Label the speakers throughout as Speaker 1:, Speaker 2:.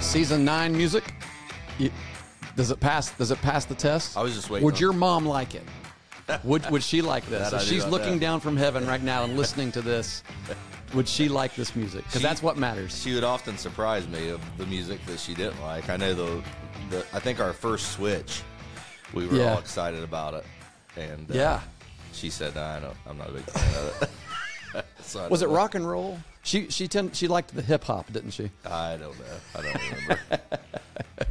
Speaker 1: season nine music? You- does it pass? Does it pass the test?
Speaker 2: I was just waiting
Speaker 1: Would
Speaker 2: on-
Speaker 1: your mom like it? Would Would she like this?
Speaker 2: That I
Speaker 1: If
Speaker 2: do
Speaker 1: she's
Speaker 2: not
Speaker 1: looking
Speaker 2: know.
Speaker 1: down from heaven right now and listening to this, would she like this music? Because
Speaker 2: She-
Speaker 1: that's what matters.
Speaker 2: She would often surprise me of the music that she didn't like. I know the, the I think our first switch, we were
Speaker 1: Yeah.
Speaker 2: all excited about it, and uh,
Speaker 1: Yeah.
Speaker 2: she said, "Nah, "I don't, I'm not a big fan of it." So I
Speaker 1: Was it
Speaker 2: don't know.
Speaker 1: rock and roll? She she tend, she liked the hip hop, didn't she?
Speaker 2: I don't know. I don't remember.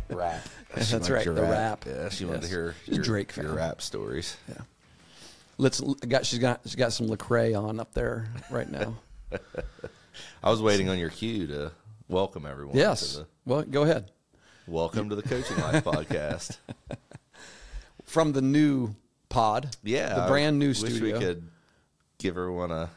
Speaker 2: rap. She
Speaker 1: That's
Speaker 2: liked
Speaker 1: right,
Speaker 2: your
Speaker 1: the rap.
Speaker 2: Yeah, she wanted to
Speaker 1: Yes.
Speaker 2: hear
Speaker 1: She's a
Speaker 2: your,
Speaker 1: Drake
Speaker 2: your
Speaker 1: fan.
Speaker 2: rap stories.
Speaker 1: Let's got she's got she's got some Lecrae on up there right now.
Speaker 2: I was waiting on your cue to welcome everyone. to
Speaker 1: yes.
Speaker 2: the-
Speaker 1: Well, go ahead.
Speaker 2: welcome to the Coaching Life podcast.
Speaker 1: From the new pod,
Speaker 2: Yeah,
Speaker 1: the
Speaker 2: I
Speaker 1: brand new
Speaker 2: wish
Speaker 1: studio.
Speaker 2: We could give everyone a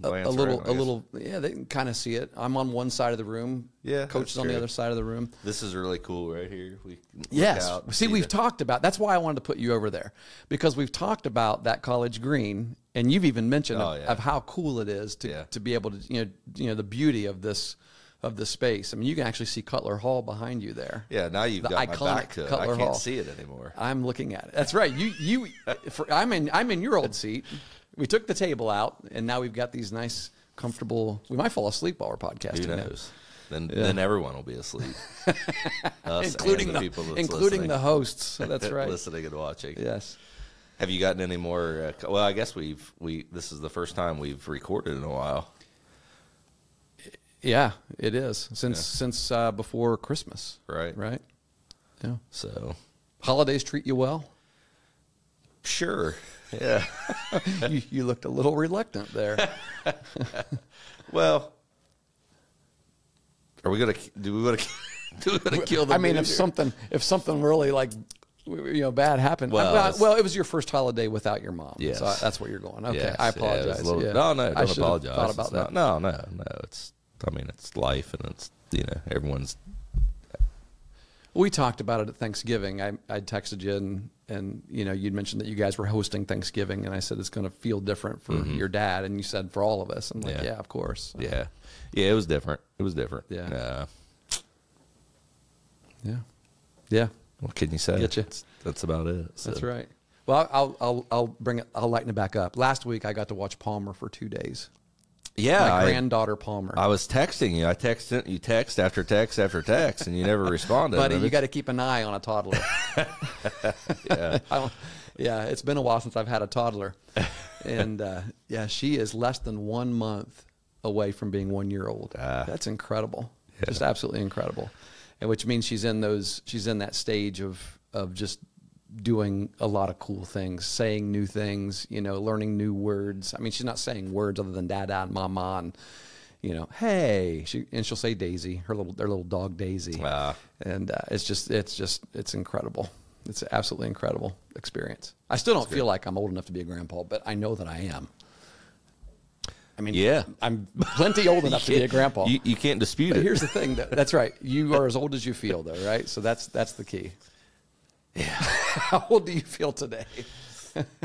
Speaker 2: glance
Speaker 1: a little,
Speaker 2: around, I
Speaker 1: a
Speaker 2: guess.
Speaker 1: little. Yeah, they can kind of see it. I'm on one side of the room.
Speaker 2: Yeah,
Speaker 1: coach is
Speaker 2: that's
Speaker 1: on the
Speaker 2: true.
Speaker 1: other side of the room.
Speaker 2: This is really cool right here. We can look
Speaker 1: Yes.
Speaker 2: out,
Speaker 1: see, we've
Speaker 2: the-
Speaker 1: talked about. That's why I wanted to put you over there because we've talked about that college green, and you've even mentioned
Speaker 2: Oh,
Speaker 1: of,
Speaker 2: yeah.
Speaker 1: of how cool it is to
Speaker 2: Yeah.
Speaker 1: to be able to you know you know the beauty of this of the space. I mean, you can actually see Cutler Hall behind you there.
Speaker 2: yeah. Now you've
Speaker 1: the
Speaker 2: got my
Speaker 1: iconic
Speaker 2: back to it. I
Speaker 1: Cutler
Speaker 2: can't
Speaker 1: Hall.
Speaker 2: see it anymore.
Speaker 1: I'm looking at it. That's right. You you for, I'm in I'm in your old seat. We took the table out and now we've got these nice comfortable we might fall asleep while we're podcasting.
Speaker 2: Who
Speaker 1: now.
Speaker 2: knows? Then then everyone will be asleep, Us
Speaker 1: Including
Speaker 2: and
Speaker 1: the,
Speaker 2: the, people that's
Speaker 1: including
Speaker 2: listening,
Speaker 1: the hosts. So that's right.
Speaker 2: listening and watching.
Speaker 1: Yes.
Speaker 2: Have you gotten any more? Uh, co- well, I guess we've we this is the first time we've recorded in a while.
Speaker 1: Yeah, it is. Since since uh, before Christmas.
Speaker 2: Right.
Speaker 1: Right. Yeah.
Speaker 2: So
Speaker 1: Holidays treat you well.
Speaker 2: sure, yeah.
Speaker 1: you, you looked a little reluctant there.
Speaker 2: Well, are we gonna k- do we want to do we want to kill the?
Speaker 1: I mean, if
Speaker 2: mood here?
Speaker 1: something if something really like you know bad happened. I-
Speaker 2: Well,
Speaker 1: Well,
Speaker 2: it's-
Speaker 1: well, it was your first holiday without your mom.
Speaker 2: Yes.
Speaker 1: so I- that's where you're going. Okay,
Speaker 2: Yes,
Speaker 1: I
Speaker 2: yeah, it was a
Speaker 1: apologize.
Speaker 2: little-
Speaker 1: Yeah.
Speaker 2: No, no, don't
Speaker 1: I should have
Speaker 2: apologize.
Speaker 1: Thought
Speaker 2: It's
Speaker 1: about that.
Speaker 2: not- No, no, no. It's I mean, it's life, and it's you know everyone's.
Speaker 1: We talked about it at Thanksgiving. I, I texted you and and you know you'd mentioned that you guys were hosting Thanksgiving, and I said it's going to feel different for your dad, and you said for all of us. I'm like, yeah,
Speaker 2: Mm-hmm. Yeah.
Speaker 1: of course.
Speaker 2: Yeah, yeah. It was different. It was different.
Speaker 1: Yeah.
Speaker 2: Uh,
Speaker 1: yeah, yeah.
Speaker 2: what can you say?
Speaker 1: Getcha.
Speaker 2: That's, that's about it. so.
Speaker 1: That's right. Well, I'll I'll I'll bring it. I'll lighten it back up. Last week I got to watch Palmer for two days.
Speaker 2: Yeah.
Speaker 1: My
Speaker 2: I,
Speaker 1: granddaughter Palmer.
Speaker 2: I was texting you. I texted you text after text after text, and you never responded.
Speaker 1: Buddy,
Speaker 2: And
Speaker 1: you
Speaker 2: it's-
Speaker 1: got to keep an eye on a toddler. yeah. yeah, it's been a while since I've had a toddler. And uh, yeah, she is less than one month away from being one year old.
Speaker 2: Ah.
Speaker 1: That's incredible. Just absolutely incredible. And which means she's in those she's in that stage of of just doing a lot of cool things, saying new things, you know, learning new words. I mean, she's not saying words other than dada and mama and you know, hey, she and she'll say Daisy, her little their little dog Daisy
Speaker 2: Ah.
Speaker 1: and uh, it's just it's just it's incredible it's an absolutely incredible experience i still don't feel like i'm old enough to be a grandpa but i know that i am i mean
Speaker 2: Yeah.
Speaker 1: i'm plenty old enough to be a grandpa
Speaker 2: You, you can't dispute
Speaker 1: but
Speaker 2: it.
Speaker 1: here's the thing that, that's right you are as old as you feel though right so that's that's the key yeah how old do you feel today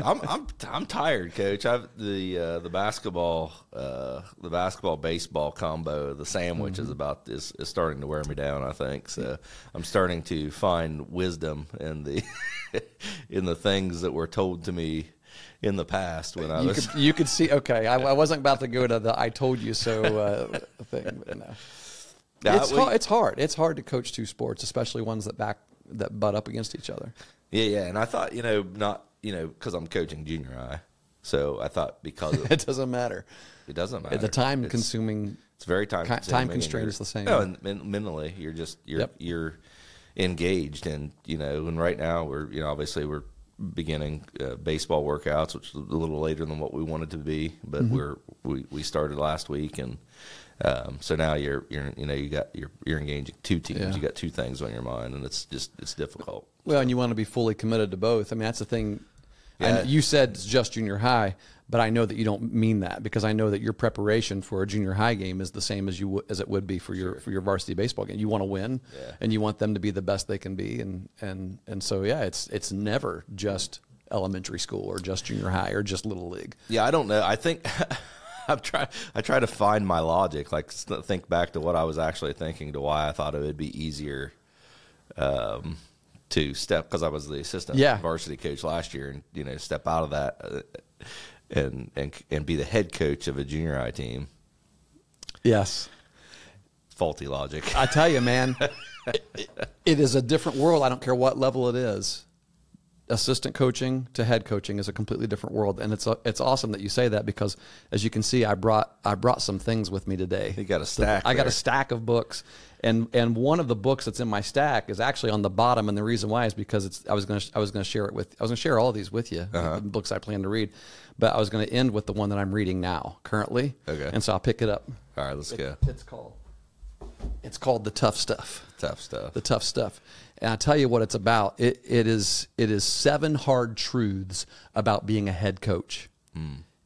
Speaker 2: I'm I'm I'm tired, Coach. I've the uh, the basketball uh, the basketball baseball combo, the sandwich
Speaker 1: Mm-hmm.
Speaker 2: is about is, is starting to wear me down. I think so. I'm starting to find wisdom in the in the things that were told to me in the past when I
Speaker 1: you
Speaker 2: was.
Speaker 1: could, you could see okay I, I wasn't about to go to the i told you so uh, thing but no
Speaker 2: Nah,
Speaker 1: it's,
Speaker 2: we-
Speaker 1: hard, it's hard. It's hard to coach two sports, especially ones that back that butt up against each other.
Speaker 2: yeah, yeah. And I thought you know not you know because I'm coaching junior high, so I thought because of,
Speaker 1: It doesn't matter.
Speaker 2: it doesn't matter
Speaker 1: At the time
Speaker 2: It's-
Speaker 1: consuming.
Speaker 2: It's very time
Speaker 1: Ki- time
Speaker 2: consuming and
Speaker 1: constraint
Speaker 2: you're-
Speaker 1: is the same.
Speaker 2: No, and men- mentally, you're just you're
Speaker 1: Yep.
Speaker 2: you're engaged, and you know, and right now we're you know obviously we're beginning uh, baseball workouts, which is a little later than what we wanted to be, but
Speaker 1: Mm-hmm.
Speaker 2: we're we, we started last week, and um, so now you're you're you know you got you're you're engaging two teams,
Speaker 1: Yeah.
Speaker 2: you got two things on your mind, and it's just it's difficult.
Speaker 1: Well, and you want to be fully committed to both. I mean, that's the thing. I-
Speaker 2: Yeah.
Speaker 1: you said it's just junior high, but I know that you don't mean that because I know that your preparation for a junior high game is the same as you w- as it would be for your for your varsity baseball game. You want to win,
Speaker 2: Yeah.
Speaker 1: and you want them to be the best they can be, and and and so yeah, it's it's never just elementary school or just junior high or just little league.
Speaker 2: Yeah, I don't know. I think I've tried. I try to find my logic, like s- think back to what I was actually thinking, to why I thought it would be easier um, to step because I was the assistant
Speaker 1: Yeah.
Speaker 2: varsity coach last year, and you know, step out of that uh, and and and be the head coach of a junior high team.
Speaker 1: Yes.
Speaker 2: Faulty logic.
Speaker 1: I tell you, man, it- it is a different world. I don't care what level it is. Assistant coaching to head coaching is a completely different world, and it's a, it's awesome that you say that because, as you can see, I brought I brought some things with me today.
Speaker 2: You got a stack
Speaker 1: I got
Speaker 2: there.
Speaker 1: a stack of books, and and one of the books that's in my stack is actually on the bottom, and the reason why is because it's I was gonna I was gonna share it with I was gonna share all these with you,
Speaker 2: Uh-huh.
Speaker 1: the books I plan to read, but I was gonna end with the one that I'm reading now currently.
Speaker 2: Okay.
Speaker 1: and so I'll pick it up.
Speaker 2: All right, let's go.
Speaker 1: It's called. It's called the tough stuff.
Speaker 2: Tough stuff.
Speaker 1: The tough stuff. And I tell you what it's about. It it is it is seven hard truths about being a head coach.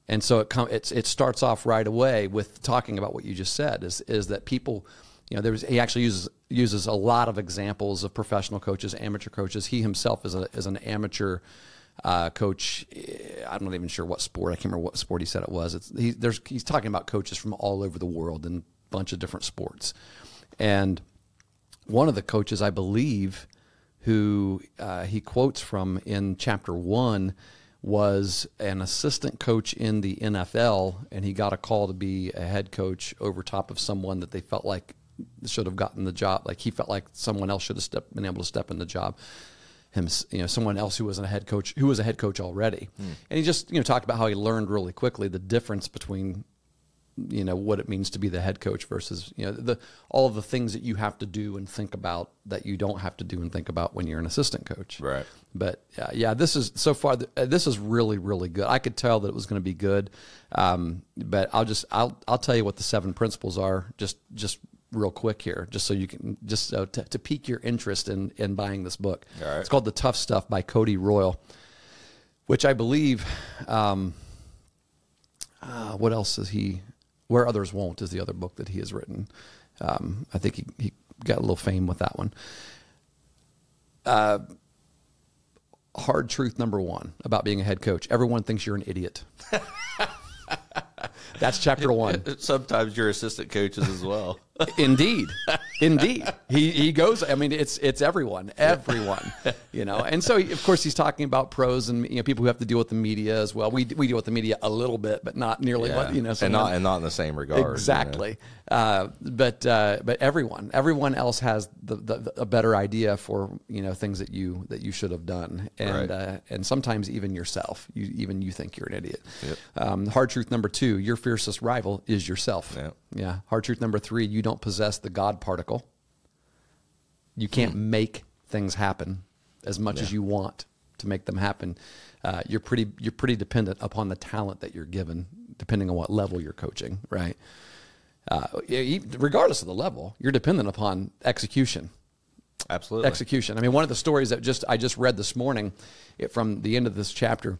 Speaker 1: And so it com- it's it starts off right away with talking about what you just said is is that people you know there's he actually uses uses a lot of examples of professional coaches, amateur coaches. He himself is a is an amateur uh, coach. eh, I'm not even sure what sport. I can't remember what sport he said it was. It's, he, there's, he's talking about coaches from all over the world in a bunch of different sports, and one of the coaches, I believe, who uh, he quotes from in chapter one was an assistant coach in the NFL, and he got a call to be a head coach over top of someone that they felt like should have gotten the job. Like he felt like someone else should have step, been able to step in the job. Him, you know, someone else who wasn't a head coach, who was a head coach already, and he just you know talked about how he learned really quickly the difference between you know what it means to be the head coach versus you know the all of the things that you have to do and think about that you don't have to do and think about when you're an assistant coach.
Speaker 2: Right.
Speaker 1: But uh, yeah, this is so far. th- uh, This is really really good. I could tell that it was going to be good, um, but I'll just I'll I'll tell you what the seven principles are just just real quick here, just so you can just so to, to pique your interest in in buying this book.
Speaker 2: All right.
Speaker 1: It's called The Tough Stuff by Cody Royal, which I believe. Uh, what else is he? Where others won't is the other book that he has written. Um, I think he, he got a little fame with that one. Uh, hard truth number one about being a head coach: everyone thinks you're an idiot. That's chapter one.
Speaker 2: Sometimes your assistant coaches as well.
Speaker 1: Indeed, indeed. He he goes. I mean, it's it's everyone, everyone. You know, and so of course he's talking about pros and you know people who have to deal with the media as well. We we deal with the media a little bit, but not nearly
Speaker 2: Yeah.
Speaker 1: what you know.
Speaker 2: and
Speaker 1: someone-
Speaker 2: not and not in the same regard. you know.
Speaker 1: Exactly. Uh, but uh, but everyone everyone else has the, the, the- a better idea for you know things that you that you should have done, and
Speaker 2: Right.
Speaker 1: uh, and sometimes even yourself, you even you think you're an idiot.
Speaker 2: Yep.
Speaker 1: Um, hard truth number two: your fiercest rival is yourself.
Speaker 2: Yep.
Speaker 1: Yeah. Hard truth number three: you don't possess the God particle. You can't make things happen as much as you want to make them happen. Uh, you're pretty you're pretty dependent upon the talent that you're given, depending on what level you're coaching, right? Uh, e- regardless of the level, you're dependent upon execution
Speaker 2: Absolutely.
Speaker 1: execution. I mean, one of the stories that just I just read this morning, it, from the end of this chapter,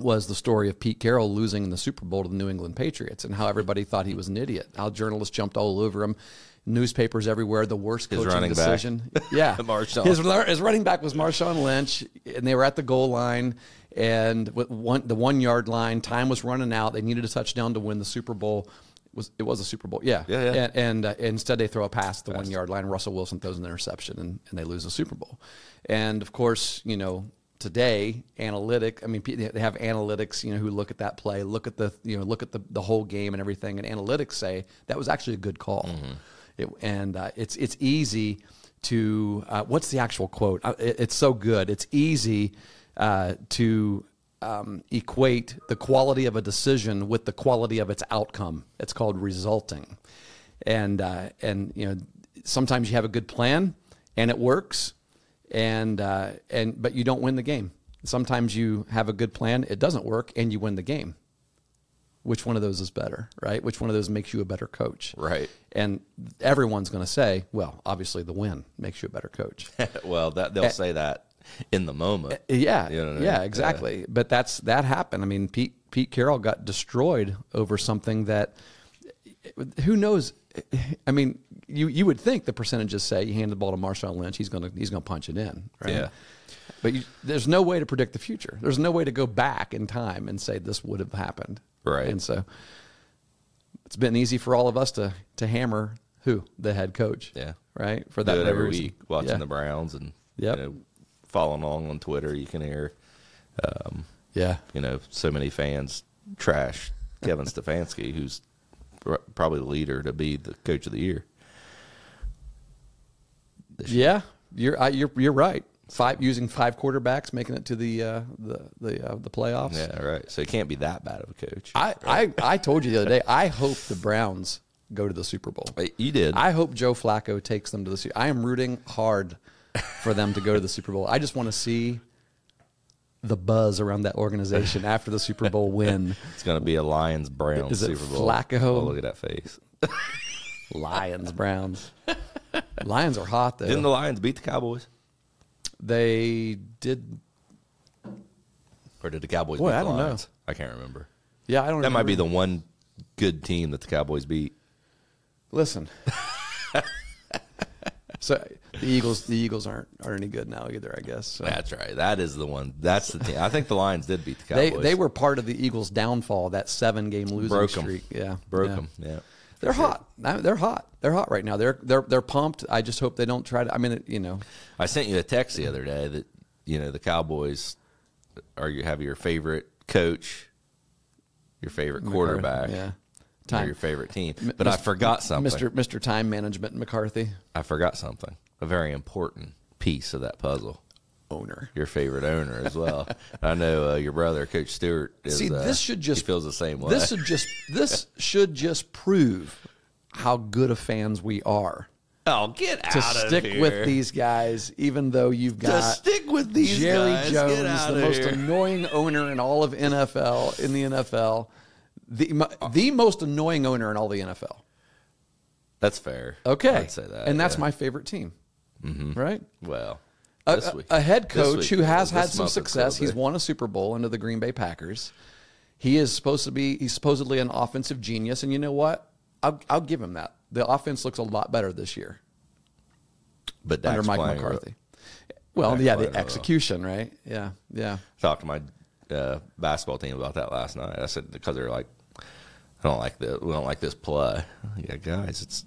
Speaker 1: was the story of Pete Carroll losing in the Super Bowl to the New England Patriots and how everybody thought he was an idiot. How journalists jumped all over him, newspapers everywhere. The worst coaching
Speaker 2: running back.
Speaker 1: decision. Yeah,
Speaker 2: Marshawn.
Speaker 1: His, his running back was Marshawn Lynch, and they were at the goal line and with one, the one yard line. Time was running out. They needed a touchdown to win the Super Bowl. It Was it was a Super Bowl? Yeah,
Speaker 2: Yeah, yeah.
Speaker 1: And- and uh, instead they throw a pass to the one yard line. Russell Wilson throws an interception, and, and they lose the Super Bowl. And of course, you know today analytic. I mean, pe- they have analytics. You know who look at that play, look at the you know look at the the whole game and everything, and analytics say that was actually a good call. It, and uh, it's it's easy to uh, what's the actual quote? Uh, it- it's so good. It's easy uh, to um, equate the quality of a decision with the quality of its outcome. It's called resulting, and uh, and you know sometimes you have a good plan and it works, and uh, and but you don't win the game. Sometimes you have a good plan, it doesn't work, and you win the game. Which one of those is better, right? Which one of those makes you a better coach,
Speaker 2: Right.
Speaker 1: And everyone's going to say, well, obviously the win makes you a better coach.
Speaker 2: well, that
Speaker 1: eh,
Speaker 2: they'll say that in the moment.
Speaker 1: Yeah,
Speaker 2: You know what I
Speaker 1: yeah,
Speaker 2: mean?
Speaker 1: exactly. But that's that happened. I mean, Pete Pete Carroll got destroyed over something that who knows. I mean, you you would think the percentages say you hand the ball to Marshawn Lynch, he's gonna he's gonna punch it in, right?
Speaker 2: Yeah.
Speaker 1: But you, there's no way to predict the future. There's no way to go back in time and say this would have happened,
Speaker 2: Right.
Speaker 1: And so, it's been easy for all of us to to hammer who the head coach.
Speaker 2: Yeah.
Speaker 1: Right for
Speaker 2: Do
Speaker 1: that
Speaker 2: it every
Speaker 1: reason.
Speaker 2: week, watching
Speaker 1: yeah.
Speaker 2: the Browns and
Speaker 1: Yep.
Speaker 2: you know, following along on Twitter. You can hear
Speaker 1: yeah.
Speaker 2: you know so many fans trash Kevin Stefanski, who's pr- probably the leader to be the coach of the year.
Speaker 1: Yeah, you're I, you're you're right. Five using five quarterbacks, making it to the uh, the the uh, the playoffs.
Speaker 2: Yeah, right. So it can't be that bad of a coach.
Speaker 1: I, I I told you the other day. I hope the Browns go to the Super Bowl.
Speaker 2: But you did.
Speaker 1: I hope Joe Flacco takes them to the Super. I am rooting hard for them to go to the Super Bowl. I just want to see the buzz around that organization after the Super Bowl win.
Speaker 2: it's going to be a Lions Browns
Speaker 1: Is it
Speaker 2: Super Bowl.
Speaker 1: Flacco?
Speaker 2: Oh, look at that face.
Speaker 1: Lions Browns. Lions are hot though.
Speaker 2: Didn't the Lions beat the Cowboys,
Speaker 1: they did.
Speaker 2: or did the Cowboys
Speaker 1: Boy,
Speaker 2: beat the
Speaker 1: I don't know.
Speaker 2: Lions? I can't remember.
Speaker 1: Yeah, I don't.
Speaker 2: That might be
Speaker 1: remember.
Speaker 2: the one good team that the Cowboys beat.
Speaker 1: Listen. so the Eagles, the Eagles aren't aren't any good now either. I guess so.
Speaker 2: That's right. That is the one. That's the team. I think the Lions did beat the
Speaker 1: they
Speaker 2: Cowboys.
Speaker 1: they were part of the Eagles' downfall. That seven game losing
Speaker 2: Broke 'em.
Speaker 1: streak. Yeah,
Speaker 2: broke
Speaker 1: yeah.
Speaker 2: them. Yeah.
Speaker 1: They're hot. I- They're hot. They're hot right now. They're they're they're pumped. I just hope they don't try to. I mean, it- you know,
Speaker 2: I sent you a text the other day that you know the Cowboys are you have your favorite coach, your favorite quarterback,
Speaker 1: Yeah,
Speaker 2: or your
Speaker 1: time.
Speaker 2: favorite team. But I forgot something.
Speaker 1: Mister Mister Time Management McCarthy
Speaker 2: I forgot something. A very important piece of that puzzle.
Speaker 1: owner.
Speaker 2: Your favorite owner as well. I know uh, your brother, Coach Stewart. Is,
Speaker 1: See,
Speaker 2: uh,
Speaker 1: this should
Speaker 2: he
Speaker 1: just
Speaker 2: feels the same way.
Speaker 1: This should just this should just prove how good of fans we are.
Speaker 2: oh, get out
Speaker 1: to
Speaker 2: of
Speaker 1: stick
Speaker 2: here.
Speaker 1: with these guys, even though you've
Speaker 2: To
Speaker 1: got
Speaker 2: stick with these
Speaker 1: Jerry
Speaker 2: guys. Get
Speaker 1: Jones,
Speaker 2: out
Speaker 1: the
Speaker 2: of
Speaker 1: most
Speaker 2: here.
Speaker 1: annoying owner in all of NFL in the NFL, the mo- the most annoying owner in all the NFL.
Speaker 2: That's fair.
Speaker 1: Okay,
Speaker 2: I'd say that.
Speaker 1: and that's
Speaker 2: yeah.
Speaker 1: my favorite team, right?
Speaker 2: well.
Speaker 1: A,
Speaker 2: this
Speaker 1: a-
Speaker 2: week.
Speaker 1: a head
Speaker 2: This
Speaker 1: coach
Speaker 2: week,
Speaker 1: who has
Speaker 2: this
Speaker 1: had some
Speaker 2: month it's
Speaker 1: success.
Speaker 2: Thursday.
Speaker 1: He's won a Super Bowl under the Green Bay Packers. He is supposed to be. He's supposedly an offensive genius, and you know what? I'll, I'll give him that. The offense looks a lot better this year.
Speaker 2: but Dak's
Speaker 1: under Mike
Speaker 2: playing real-
Speaker 1: McCarthy. Well,
Speaker 2: Dak's
Speaker 1: yeah,
Speaker 2: playing
Speaker 1: the
Speaker 2: real well.
Speaker 1: execution, right? Yeah, yeah.
Speaker 2: talked to my uh, basketball team about that last night. I said because they're like, I don't like the we don't like this play. Yeah, guys, it's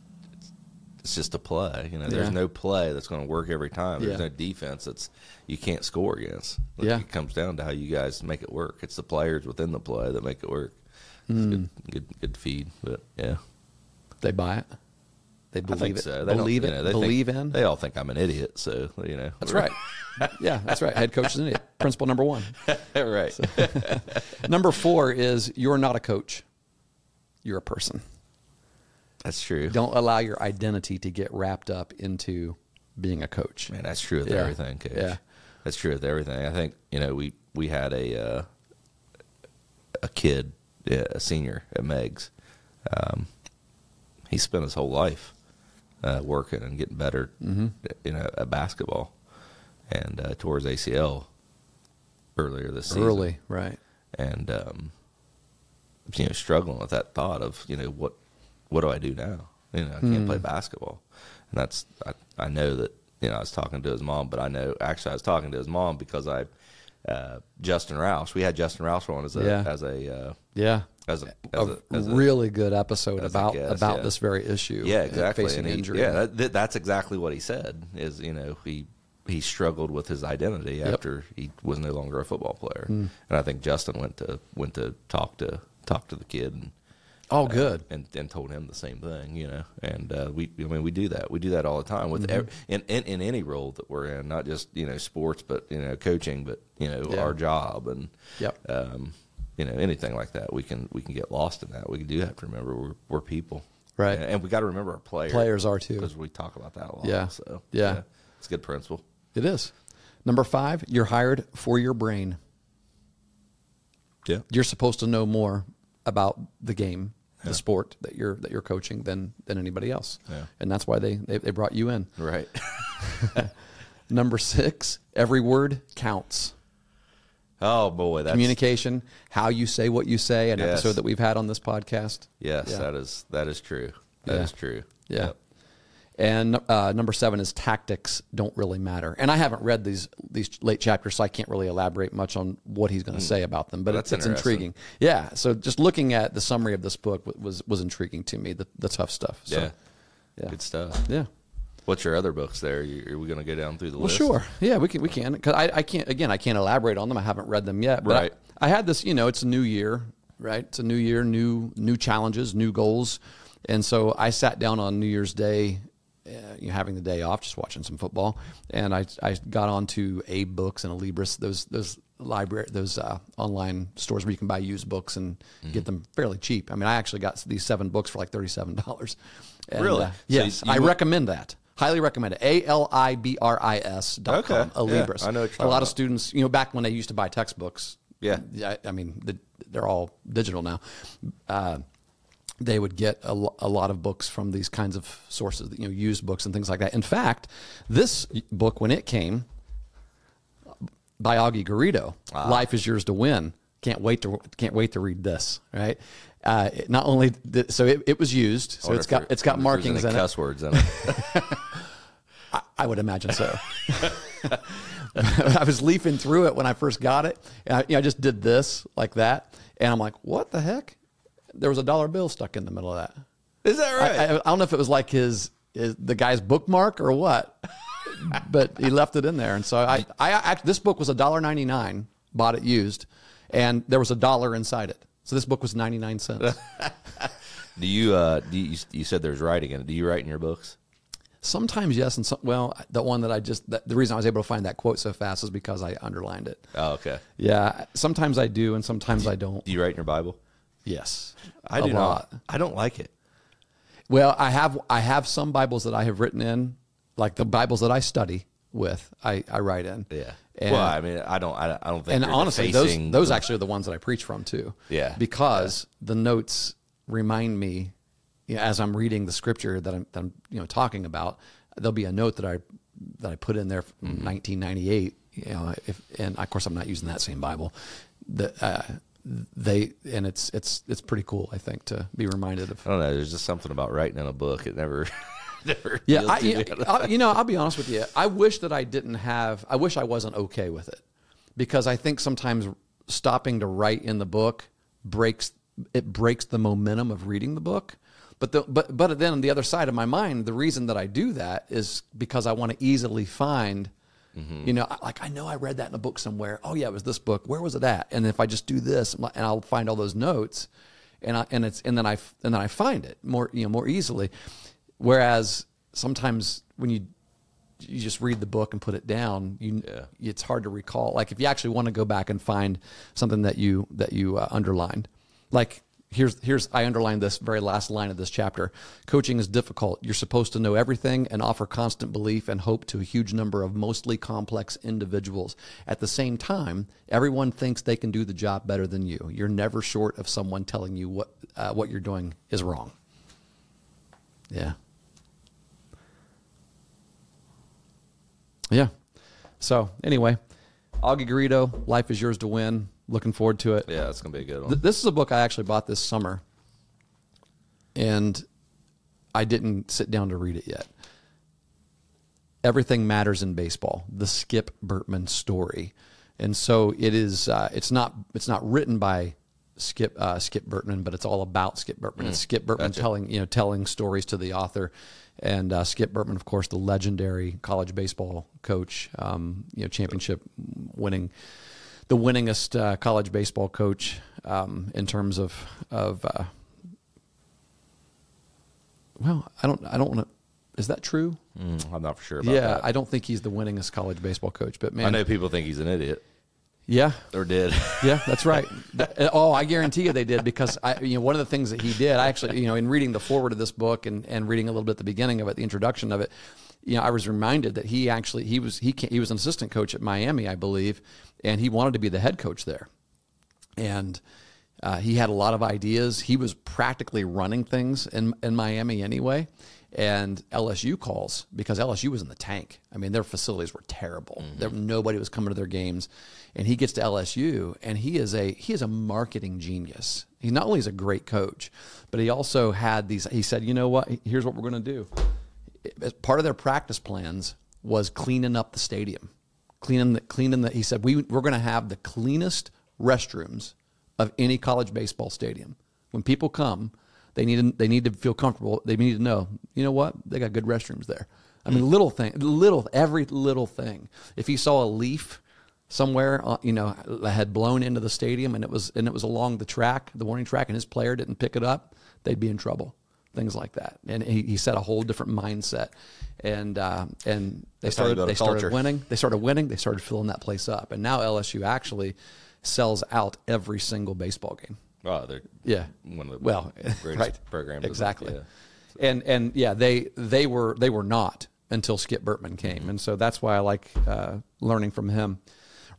Speaker 2: it's just a play. You know, there's
Speaker 1: Yeah.
Speaker 2: no play that's going to work every time. There's
Speaker 1: Yeah.
Speaker 2: no defense that's you can't score against. Look,
Speaker 1: Yeah.
Speaker 2: it comes down to how you guys make it work. It's the players within the play that make it work.
Speaker 1: Hmm.
Speaker 2: It's good, good, good feed, but yeah.
Speaker 1: They buy it. They
Speaker 2: I
Speaker 1: believe
Speaker 2: think
Speaker 1: it.
Speaker 2: so. don't-
Speaker 1: believe
Speaker 2: you
Speaker 1: it.
Speaker 2: know, they think-
Speaker 1: believe in.
Speaker 2: They all think I'm an idiot, so you know.
Speaker 1: that's right. yeah, that's right. Head coach is an idiot. Principle number one.
Speaker 2: right.
Speaker 1: Number four is you're not a coach. You're a person.
Speaker 2: That's true.
Speaker 1: Don't allow your identity to get wrapped up into being a coach.
Speaker 2: Man, that's true with
Speaker 1: Yeah.
Speaker 2: everything, coach.
Speaker 1: Yeah.
Speaker 2: That's true with everything. I think, you know, we we had a uh, a kid, yeah, a senior at Meg's. Um, he spent his whole life uh, working and getting better,
Speaker 1: Mm-hmm.
Speaker 2: you know, at basketball, and uh, tore his ACL earlier this season
Speaker 1: Early, right?
Speaker 2: and um, you know struggling with that thought of you know what what do I do now? You know I can't play basketball, and that's I, I know that you know I was talking to his mom, but I know actually I was talking to his mom because I uh, Justin Rouse we had Justin Rouse on as a
Speaker 1: Yeah.
Speaker 2: as a uh,
Speaker 1: Yeah.
Speaker 2: as a,
Speaker 1: A,
Speaker 2: as a, as a
Speaker 1: really good episode
Speaker 2: as a
Speaker 1: about
Speaker 2: guest,
Speaker 1: about
Speaker 2: yeah.
Speaker 1: this very issue.
Speaker 2: yeah
Speaker 1: and
Speaker 2: exactly
Speaker 1: Facing
Speaker 2: and he-
Speaker 1: injury.
Speaker 2: yeah that- that, that's exactly what he said is you know he he struggled with his identity after he was no longer a football player
Speaker 1: Hmm.
Speaker 2: and I think Justin went to went to talk to talk to the kid and
Speaker 1: oh, good.
Speaker 2: uh, and, and told him the same thing, you know. And uh, we, I mean, we do that. We do that all the time with
Speaker 1: Mm-hmm.
Speaker 2: ev- in, in in any role that we're in, not just you know sports, but you know coaching, but you know
Speaker 1: Yeah.
Speaker 2: our job and
Speaker 1: Yep.
Speaker 2: um, you know anything like that. We can we can get lost in that. We do have to remember we're, we're people,
Speaker 1: Right.
Speaker 2: And, and we got to remember our players.
Speaker 1: Players are too.
Speaker 2: because we talk about that a lot.
Speaker 1: Yeah.
Speaker 2: so
Speaker 1: Yeah.
Speaker 2: it's a good principle.
Speaker 1: It is. Number five, you're hired for your brain.
Speaker 2: Yeah,
Speaker 1: You're supposed to know more about the game, the sport that you're that you're coaching than than anybody else.
Speaker 2: Yeah.
Speaker 1: And that's why they, they they brought you in.
Speaker 2: right.
Speaker 1: Number six, every word counts.
Speaker 2: oh boy, that's
Speaker 1: Communication, how you say what you say, an
Speaker 2: Yes.
Speaker 1: episode that we've had on this podcast.
Speaker 2: yes,
Speaker 1: Yeah.
Speaker 2: that is that is true. That is
Speaker 1: Yeah.
Speaker 2: true.
Speaker 1: Yeah.
Speaker 2: Yep.
Speaker 1: And uh, number seven is tactics don't really matter. And I haven't read these these late chapters, so I can't really elaborate much on what he's going to say about them. But
Speaker 2: Hmm. Well,
Speaker 1: it's,
Speaker 2: that's
Speaker 1: it's
Speaker 2: interesting.
Speaker 1: intriguing. Yeah. So just looking at the summary of this book w- was was intriguing to me. The the tough stuff. So,
Speaker 2: Yeah.
Speaker 1: Yeah.
Speaker 2: Good stuff.
Speaker 1: Yeah.
Speaker 2: What's your other books there? You- Are we going to go down through the
Speaker 1: Well,
Speaker 2: list?
Speaker 1: sure. Yeah, we can. We can. Because I, I can't. Again, I can't elaborate on them. I haven't read them yet. But I-
Speaker 2: Right.
Speaker 1: I, had this. You know, it's a new year, right? It's a new year, new new challenges, new goals, and so I sat down on New Year's Day, uh, you know, having the day off, just watching some football, and I I got onto a books and a Libris those those library those uh, online stores where you can buy used books and
Speaker 2: Mm-hmm.
Speaker 1: get them fairly cheap. I mean, I actually got these seven books for like thirty seven dollars.
Speaker 2: Really?
Speaker 1: Uh,
Speaker 2: So
Speaker 1: yes,
Speaker 2: you
Speaker 1: I
Speaker 2: went-
Speaker 1: recommend that. Highly recommend it. A L I B R I S dot
Speaker 2: Okay.
Speaker 1: com.
Speaker 2: Yeah,
Speaker 1: Alibris.
Speaker 2: I know
Speaker 1: a
Speaker 2: what you're
Speaker 1: lot
Speaker 2: talking
Speaker 1: of
Speaker 2: about.
Speaker 1: students, you know, back when they used to buy textbooks.
Speaker 2: Yeah.
Speaker 1: I, I mean, the, they're all digital now. Uh, they would get a, lo- a lot of books from these kinds of sources, you know, used books and things like that. In fact, this book, when it came, by Augie Garrido.
Speaker 2: Ah.
Speaker 1: Life is yours to win. Can't wait to can't wait to read this. Right. Uh, it- not only did, so it, it was used, so
Speaker 2: Wonder
Speaker 1: it's
Speaker 2: Oh, if
Speaker 1: got
Speaker 2: there-
Speaker 1: it's got
Speaker 2: wonder if there's
Speaker 1: markings
Speaker 2: any
Speaker 1: in it.
Speaker 2: cuss words in it.
Speaker 1: I, I would imagine so. I was leafing through it when I first got it, and I, you know, I just did this like that, and I'm like, what the heck? There was a dollar bill stuck in the middle of that.
Speaker 2: Is that right?
Speaker 1: I, I, I don't know if it was like his, his the guy's bookmark or what, but he left it in there. And so I, I, I this book was a dollar ninety nine. Bought it used, and there was a dollar inside it. So this book was ninety nine cents.
Speaker 2: do you? Uh, do you, you said there's writing in it. Do you write in your books?
Speaker 1: Sometimes yes, and some, well, the one that I just that, the reason I was able to find that quote so fast is because I underlined it.
Speaker 2: Oh, okay.
Speaker 1: Yeah, sometimes I do, and sometimes I don't.
Speaker 2: Do you write in your Bible?
Speaker 1: Yes,
Speaker 2: I
Speaker 1: a
Speaker 2: do
Speaker 1: lot.
Speaker 2: not. I don't like it.
Speaker 1: Well, I have I have some Bibles that I have written in, like the Bibles that I study with. I, I write in.
Speaker 2: Yeah.
Speaker 1: And,
Speaker 2: well, I mean, I don't. I, I don't think.
Speaker 1: and
Speaker 2: you're
Speaker 1: honestly,
Speaker 2: defacing
Speaker 1: those those
Speaker 2: the-
Speaker 1: actually are the ones that I preach from too.
Speaker 2: Yeah.
Speaker 1: Because the notes remind me, you know, as I'm reading the scripture that I'm, that I'm you know talking about, there'll be a note that I that I put in there from
Speaker 2: Mm-hmm.
Speaker 1: 1998. You know, if, and of course I'm not using that same Bible. The, uh, they and it's it's it's pretty cool. I think to be reminded of.
Speaker 2: I don't know. There's just something about writing in a book. It never. never
Speaker 1: Yeah,
Speaker 2: appeals
Speaker 1: I,
Speaker 2: to
Speaker 1: you,
Speaker 2: me.
Speaker 1: I, you know, I'll be honest with you. I wish that I didn't have. I wish I wasn't okay with it, because I think sometimes stopping to write in the book breaks it breaks the momentum of reading the book. But the but but then on the other side of my mind, the reason that I do that is because I want to easily find. Mm-hmm. You know, I- like I know I read that in a book somewhere. Oh yeah, it was this book. Where was it at? And if I just do this, I'm like- and I'll find all those notes, and I and it's and then I f- and then I find it more you know more easily. Whereas sometimes when you you just read the book and put it down, you
Speaker 2: Yeah.
Speaker 1: it's hard to recall. Like if you actually want to go back and find something that you that you uh, underlined, like here's here's I underlined this very last line of this chapter. Coaching is difficult. You're supposed to know everything and offer constant belief and hope to a huge number of mostly complex individuals. At the same time, everyone thinks they can do the job better than you. You're never short of someone telling you what uh, what you're doing is wrong. Yeah. Yeah. So anyway, Augie Garrido, Life is Yours to Win. Looking forward to it.
Speaker 2: yeah, it's gonna be a good one.
Speaker 1: Th- This is a book I actually bought this summer, and I didn't sit down to read it yet. Everything matters in baseball. The Skip Burtman story, and so it is. Uh, it's not. It's not written by Skip uh, Skip Burtman, but it's all about Skip Burtman. it's Skip Burtman telling you know telling stories to the author, and uh, Skip Burtman, of course, the legendary college baseball coach, um, you know, championship winning the winningest uh, college baseball coach um, in terms of of uh, well, I don't I don't want to. Is that true?
Speaker 2: Mm, I'm not for sure about
Speaker 1: Yeah,
Speaker 2: that.
Speaker 1: I don't think he's the winningest college baseball coach, but man,
Speaker 2: I know people think he's an idiot
Speaker 1: yeah.
Speaker 2: or did.
Speaker 1: Yeah, that's right. Th- oh, I guarantee you they did because I, you know, one of the things that he did, I actually, you know, in reading the forward of this book and, and reading a little bit at the beginning of it, the introduction of it, you know, I was reminded that he actually he was he ca- he was an assistant coach at Miami, I believe, and he wanted to be the head coach there and uh, he had a lot of ideas. He was practically running things in in Miami anyway. And LSU calls because LSU was in the tank. I mean, their facilities were terrible. There, nobody was coming to their games, and he gets to LSU, and he is a he is a marketing genius. He not only is a great coach, but he also had these. He said, "You know what? Here's what we're going to do." as part of their practice plans was cleaning up the stadium, cleaning the cleaning the. He said we we're going to have the cleanest restrooms of any college baseball stadium. When people come, they need to, they need to feel comfortable. They need to know you know what they got good restrooms there. I mean, little thing, little every little thing. If you saw a leaf somewhere, uh, you know, that had blown into the stadium and it was and it was along the track, the warning track, and his player didn't pick it up, they'd be in trouble. Things like that, and he, he set a whole different mindset, and uh, and they
Speaker 2: That's how you
Speaker 1: started
Speaker 2: build a
Speaker 1: they started
Speaker 2: culture.
Speaker 1: winning, they started winning, they started filling that place up, and now LSU actually sells out every single baseball game.
Speaker 2: Oh, they're
Speaker 1: Yeah.
Speaker 2: one of the
Speaker 1: well,
Speaker 2: greatest
Speaker 1: right.
Speaker 2: programs. in-
Speaker 1: Exactly.
Speaker 2: yeah.
Speaker 1: And and yeah, they they were they were not until Skip Burtman came,
Speaker 2: Mm-hmm.
Speaker 1: and so that's why I like uh, learning from him.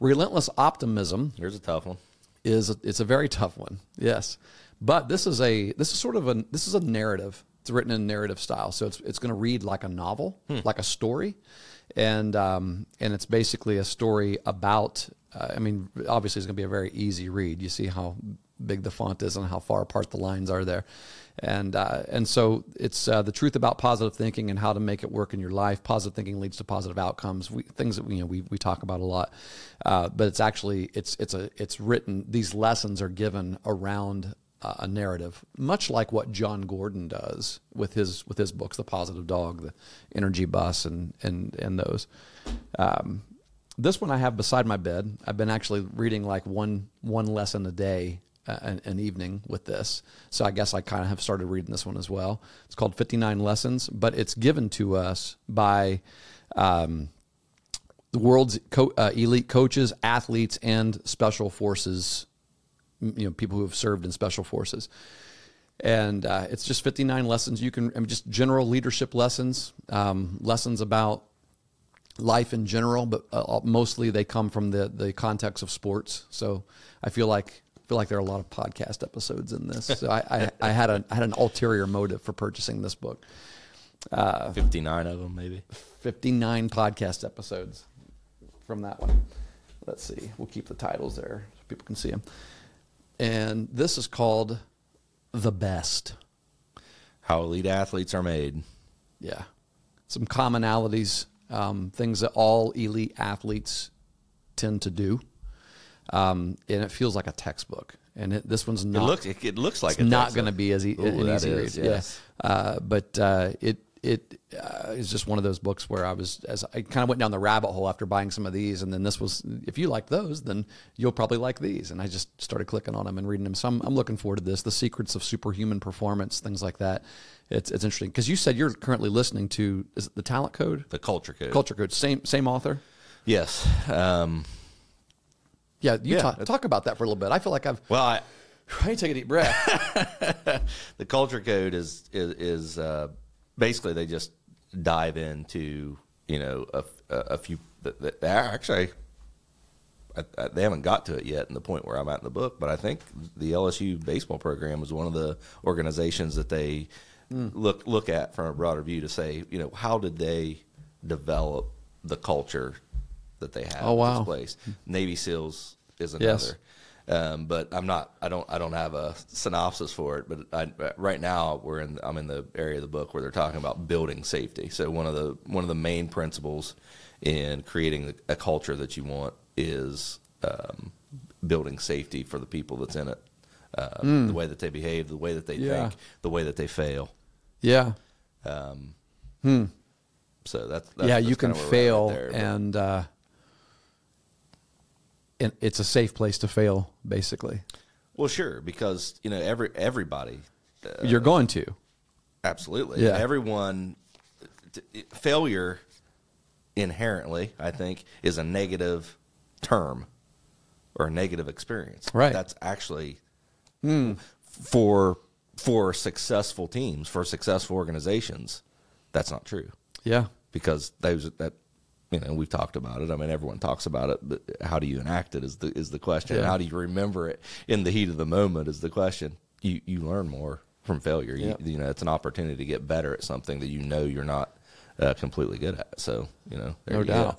Speaker 1: Relentless optimism
Speaker 2: Here's a tough one.
Speaker 1: is it's a very tough one. Yes, but this is a this is sort of a this is a narrative. It's written in narrative style, so it's it's going to read like a novel, like a story, and um, and it's basically a story about. Uh, I mean, obviously, it's going to be a very easy read. You see how big the font is and how far apart the lines are there, and uh, and so it's uh, the truth about positive thinking and how to make it work in your life. Positive thinking leads to positive outcomes. We, things that we you know we, we talk about a lot, uh, but it's actually it's it's a it's written. These lessons are given around uh, a narrative, much like what John Gordon does with his with his books, The Positive Dog, The Energy Bus, and and and those. Um, this one I have beside my bed. I've been actually reading like one one lesson a day, uh, an, an evening with this. So I guess I kind of have started reading this one as well. It's called Fifty Nine Lessons, but it's given to us by um, the world's co- uh, elite coaches, athletes, and special forces. m- You know, people who have served in special forces and uh, it's just 59 lessons you can I mean, just general leadership lessons um, lessons about life in general but uh, mostly they come from the the context of sports so i feel like feel like there are a lot of podcast episodes in this so i i, I had a I had an ulterior motive for purchasing this book
Speaker 2: Fifty nine of them, maybe.
Speaker 1: 59 podcast episodes from that one. Let's see. We'll keep the titles there so people can see them. And this is called The Best.
Speaker 2: How elite athletes are made.
Speaker 1: Yeah. Some commonalities, um, things that all elite athletes tend to do. Um, and it feels like a textbook. And it, this one's
Speaker 2: It
Speaker 1: not.
Speaker 2: looks it, it looks like
Speaker 1: it's not going to be as e-
Speaker 2: Ooh,
Speaker 1: an
Speaker 2: that
Speaker 1: easy
Speaker 2: is,
Speaker 1: read.
Speaker 2: yes.
Speaker 1: Yeah. Uh, but uh, it it uh, is just one of those books where I was as I kind of went down the rabbit hole after buying some of these, and then this was if you like those, then you'll probably like these. And I just started clicking on them and reading them. So I'm, I'm looking forward to this, the secrets of superhuman performance, things like that. It's it's interesting because you said you're currently listening to is it the Talent Code,
Speaker 2: the culture code.
Speaker 1: Culture Code, same same author.
Speaker 2: Yes. Um,
Speaker 1: Yeah, you
Speaker 2: Yeah.
Speaker 1: talk, talk about that for a little bit. I feel like I've
Speaker 2: well, I,
Speaker 1: I need to take a deep breath.
Speaker 2: the culture code is is, is uh, basically they just dive into you know a, a, a few. th- th- They are actually, I, I, they haven't got to it yet in the point where I'm at in the book, but I think the LSU baseball program is one of the organizations that they
Speaker 1: Hmm.
Speaker 2: look look at from a broader view to say you know how did they develop the culture that they have
Speaker 1: Oh,
Speaker 2: in
Speaker 1: wow.
Speaker 2: this place. Navy SEALs is another.
Speaker 1: Yes.
Speaker 2: Um, but I'm not. I don't. I don't have a synopsis for it. But I, right now, we're in. I'm in the area of the book where they're talking about building safety. So one of the one of the main principles in creating a culture that you want is um, building safety for the people that's in it. Uh, The way that they behave, the way that they
Speaker 1: Hmm. Yeah.
Speaker 2: think, the way that they fail.
Speaker 1: yeah.
Speaker 2: So that's, that's
Speaker 1: yeah,
Speaker 2: that's
Speaker 1: you can
Speaker 2: kinda where we're at
Speaker 1: fail,
Speaker 2: there, but-
Speaker 1: and uh, and it's a safe place to fail. Basically,
Speaker 2: well, sure, because you know every everybody Uh,
Speaker 1: you're going to.
Speaker 2: Absolutely.
Speaker 1: Yeah.
Speaker 2: Everyone, t- t- failure inherently, I think, is a negative term or a negative experience.
Speaker 1: Right. Hmm.
Speaker 2: That's actually for for successful teams, for successful organizations. That's not true
Speaker 1: Yeah,
Speaker 2: because those that you know we've talked about it. I mean, everyone talks about it, but how do you enact it is the is the question.
Speaker 1: Yeah.
Speaker 2: How do you remember it in the heat of the moment is the question. You you learn more from failure.
Speaker 1: Yep.
Speaker 2: You, you know, it's an opportunity to get better at something that you know you're not uh, completely good at. So you know, there
Speaker 1: No
Speaker 2: you go.
Speaker 1: doubt.